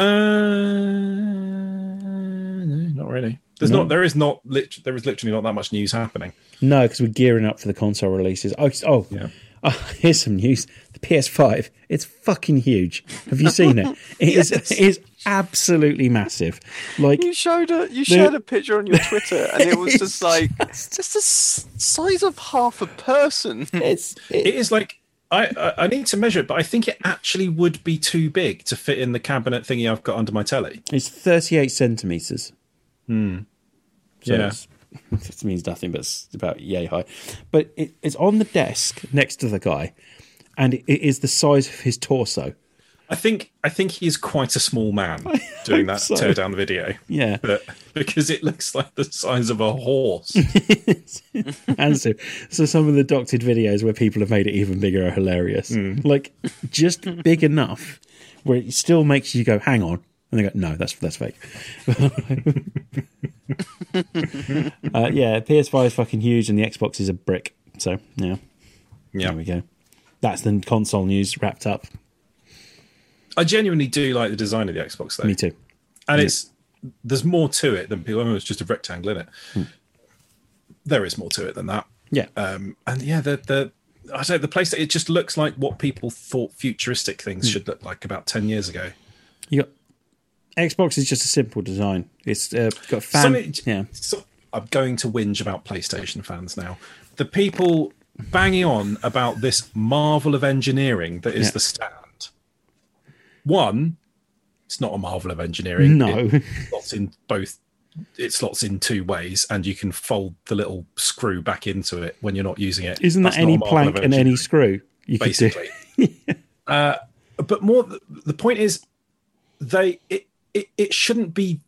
A: no, not really. There's not. There is not. Lit- there is literally not that much news happening.
B: No, because we're gearing up for the console releases. Oh, s- oh,
A: Yeah.
B: Oh, here's some news. The PS5, it's fucking huge. Have you seen it? It is it is absolutely massive. Like
C: You showed a you shared a picture on your Twitter, and it was just like just the s- size of half a person.
B: it's
A: It is like I, I. I need to measure it, but I think it actually would be too big to fit in the cabinet thingy I've got under my telly.
B: it's 38 centimeters. So
A: Hmm. Yeah.
B: it's- it means nothing, but it's about yay high. But it, it's on the desk next to the guy, and it, it is the size of his torso.
A: I think I think he's quite a small man doing that
B: so.
A: tear down video.
B: Yeah.
A: But because it looks like the size of a horse.
B: and so, so some of the doctored videos where people have made it even bigger are hilarious.
A: Hmm.
B: Like just big enough where it still makes you go, "Hang on," and they go, "No, that's that's fake." uh, yeah, PS5 is fucking huge, and the Xbox is a brick. So yeah,
A: yeah.
B: there we go. That's the console news wrapped up.
A: I genuinely do like the design of the Xbox though.
B: Me too.
A: And it's there's more to it than people. I mean, it's just a rectangle in it.
B: Hmm.
A: There is more to it than that.
B: Yeah,
A: Um, and yeah, the the I don't know, the place it just looks like what people thought futuristic
B: Hmm.
A: things should look like about ten years ago.
B: you got Xbox is just a simple design. It's uh, got fan.
A: Something-
B: yeah,
A: so- I'm going to whinge about PlayStation fans now. The people banging on about this marvel of engineering that is
B: Yeah.
A: the stand. One, it's not a marvel of engineering.
B: No.
A: It slots in both. It slots in two ways, and you can fold the little screw back into it when you're not using it.
B: Isn't
A: That's not
B: that
A: a
B: any
A: marvel of
B: plank and any
A: engineering
B: screw you could do?
A: basically. uh, but more, th- the point is, they it, it it shouldn't be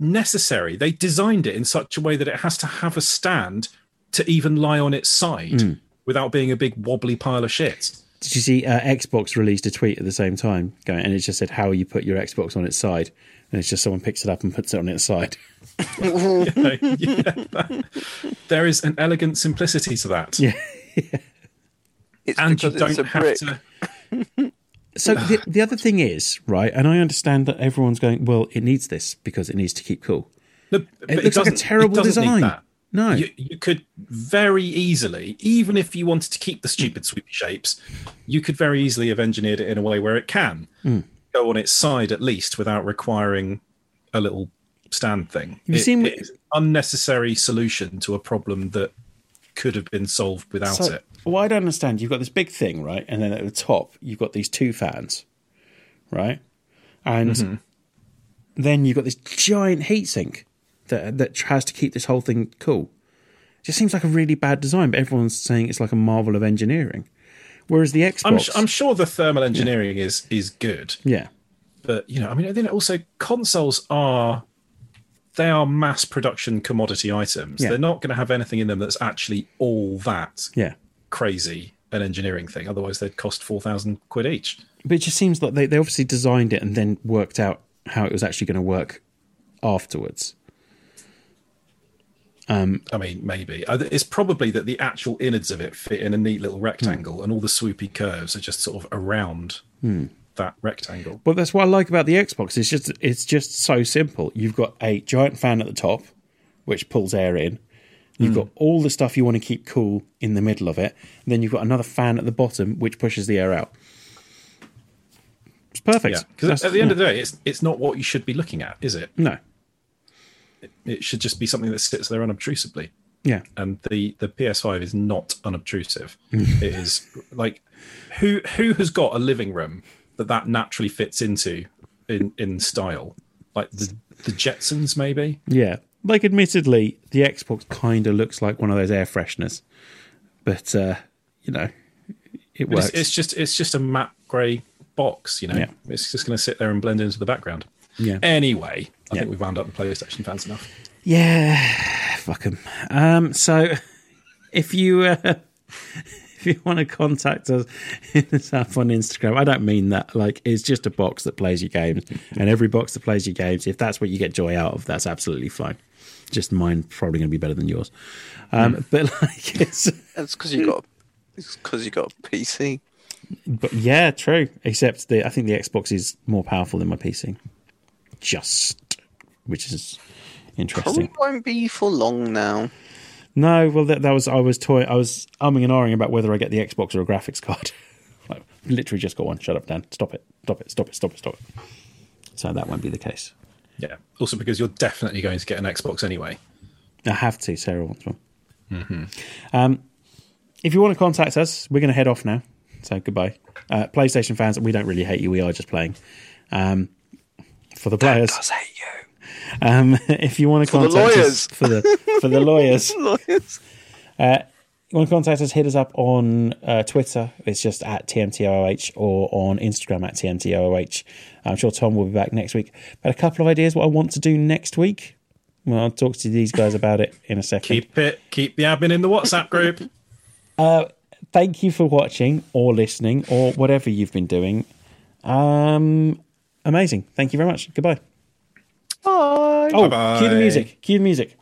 A: necessary. They designed it in such a way that it has to have a stand to even lie on its side
B: Hmm.
A: without being a big wobbly pile of shit.
B: Did you see uh, Xbox released a tweet at the same time going, and it just said how you put your Xbox on its side, and it's just someone picks it up and puts it on its side.
A: Like, yeah. there is an elegant simplicity to that,
B: Yeah.
C: It's
A: and you
C: because it's
A: don't
C: a
A: have
C: brick.
A: to.
B: So the, the other thing is right, and I understand that everyone's going, well, it needs this because it needs to keep cool.
A: No, but
B: It looks like a
A: doesn't- it
B: terrible
A: doesn't need
B: design.
A: that.
B: No,
A: you, you could very easily, even if you wanted to keep
B: Hmm.
A: the stupid sweepy shapes, you could very easily have engineered it in a way where it can
B: Hmm.
A: go on its side at least without requiring a little stand thing.
B: You've
A: It-
B: seen-
A: it's an unnecessary solution to a problem that could have been solved without
B: So,
A: it.
B: well, I don't understand. You've got this big thing, right? And then at the top, you've got these two fans, right? And
A: Mm-hmm.
B: then you've got this giant heatsink that that tries to keep this whole thing cool. It just seems like a really bad design, but everyone's saying it's like a marvel of engineering. Whereas the Xbox,
A: I'm, I'm sure the thermal engineering is is good,
B: yeah,
A: but you know, I mean, then also consoles are they are mass production commodity items.
B: Yeah.
A: They're not going to have anything in them that's actually all that
B: yeah.
A: crazy an engineering thing. Otherwise, they'd cost four thousand quid each.
B: But it just seems like they, they obviously designed it and then worked out how it was actually going to work afterwards.
A: I mean, maybe I th- it's probably that the actual innards of it fit in a neat little
B: Hmm.
A: rectangle, and all the swoopy curves are just sort of around that rectangle.
B: Well, that's what I like about the Xbox. It's just it's just so simple. You've got a giant fan at the top, which pulls air in. You've
A: Hmm.
B: got all the stuff you want to keep cool in the middle of it. And then you've got another fan at the bottom, which pushes the air out. It's perfect.
A: Yeah, because at the
B: hmm.
A: end of the day, it's it's not what you should be looking at, is it?
B: no,
A: It should just be something that sits there unobtrusively.
B: yeah,
A: And the the PS5 is not unobtrusive. it is like who who has got a living room that that naturally fits into in in style, like the the Jetsons maybe.
B: yeah. Like, admittedly, the Xbox kind of looks like one of those air fresheners, but uh, you know, it
A: But
B: works.
A: It's, it's just it's just a matte grey box, you know.
B: Yeah.
A: It's just going to sit there and blend into the background.
B: Yeah.
A: Anyway, I
B: Yeah.
A: think we've wound up the PlayStation fans enough.
B: Yeah, fuck 'em. Um, so, if you uh, if you want to contact us, hit us up on Instagram. I don't mean that. Like, it's just a box that plays your games, and every box that plays your games, if that's what you get joy out of, that's absolutely fine. Just mine probably going to be better than yours. Um, But like, it's
C: That's because you got. It's because you got a PC.
B: but yeah, true. Except the I think the Xbox is more powerful than my PC. Just, which is interesting.
C: Probably won't be for long now.
B: No, well, that, that was I was toy. I was umming and ahhing about whether I get the Xbox or a graphics card. like, literally just got one. Shut up, Dan. Stop it. Stop it. Stop it. Stop it. Stop it. So that won't be the case.
A: Yeah. Also because you're definitely going to get an Xbox anyway.
B: I have to. Sarah wants one.
C: Mm-hmm.
B: Um, if you want to contact us, we're going to head off now. So goodbye, uh, PlayStation fans. We don't really hate you. We are just playing. Um, for the players,
C: I hate you.
B: um, if you want to
C: the
B: contact us
C: lawyers.
B: for the for the lawyers,
C: Lawyers.
B: you want to contact us, hit us up on uh, Twitter. It's just at TMTOOH or on Instagram at TMTOOH. I'm sure Tom will be back next week. But a couple of ideas what I want to do next week. Well, I'll talk to these guys about it in a second.
A: Keep it. Keep the admin in the WhatsApp group.
B: Thank you for watching or listening or whatever you've been doing. Um, amazing. Thank you very much. Goodbye. Bye. Oh,
A: Bye-bye.
B: cue the music. Cue the music.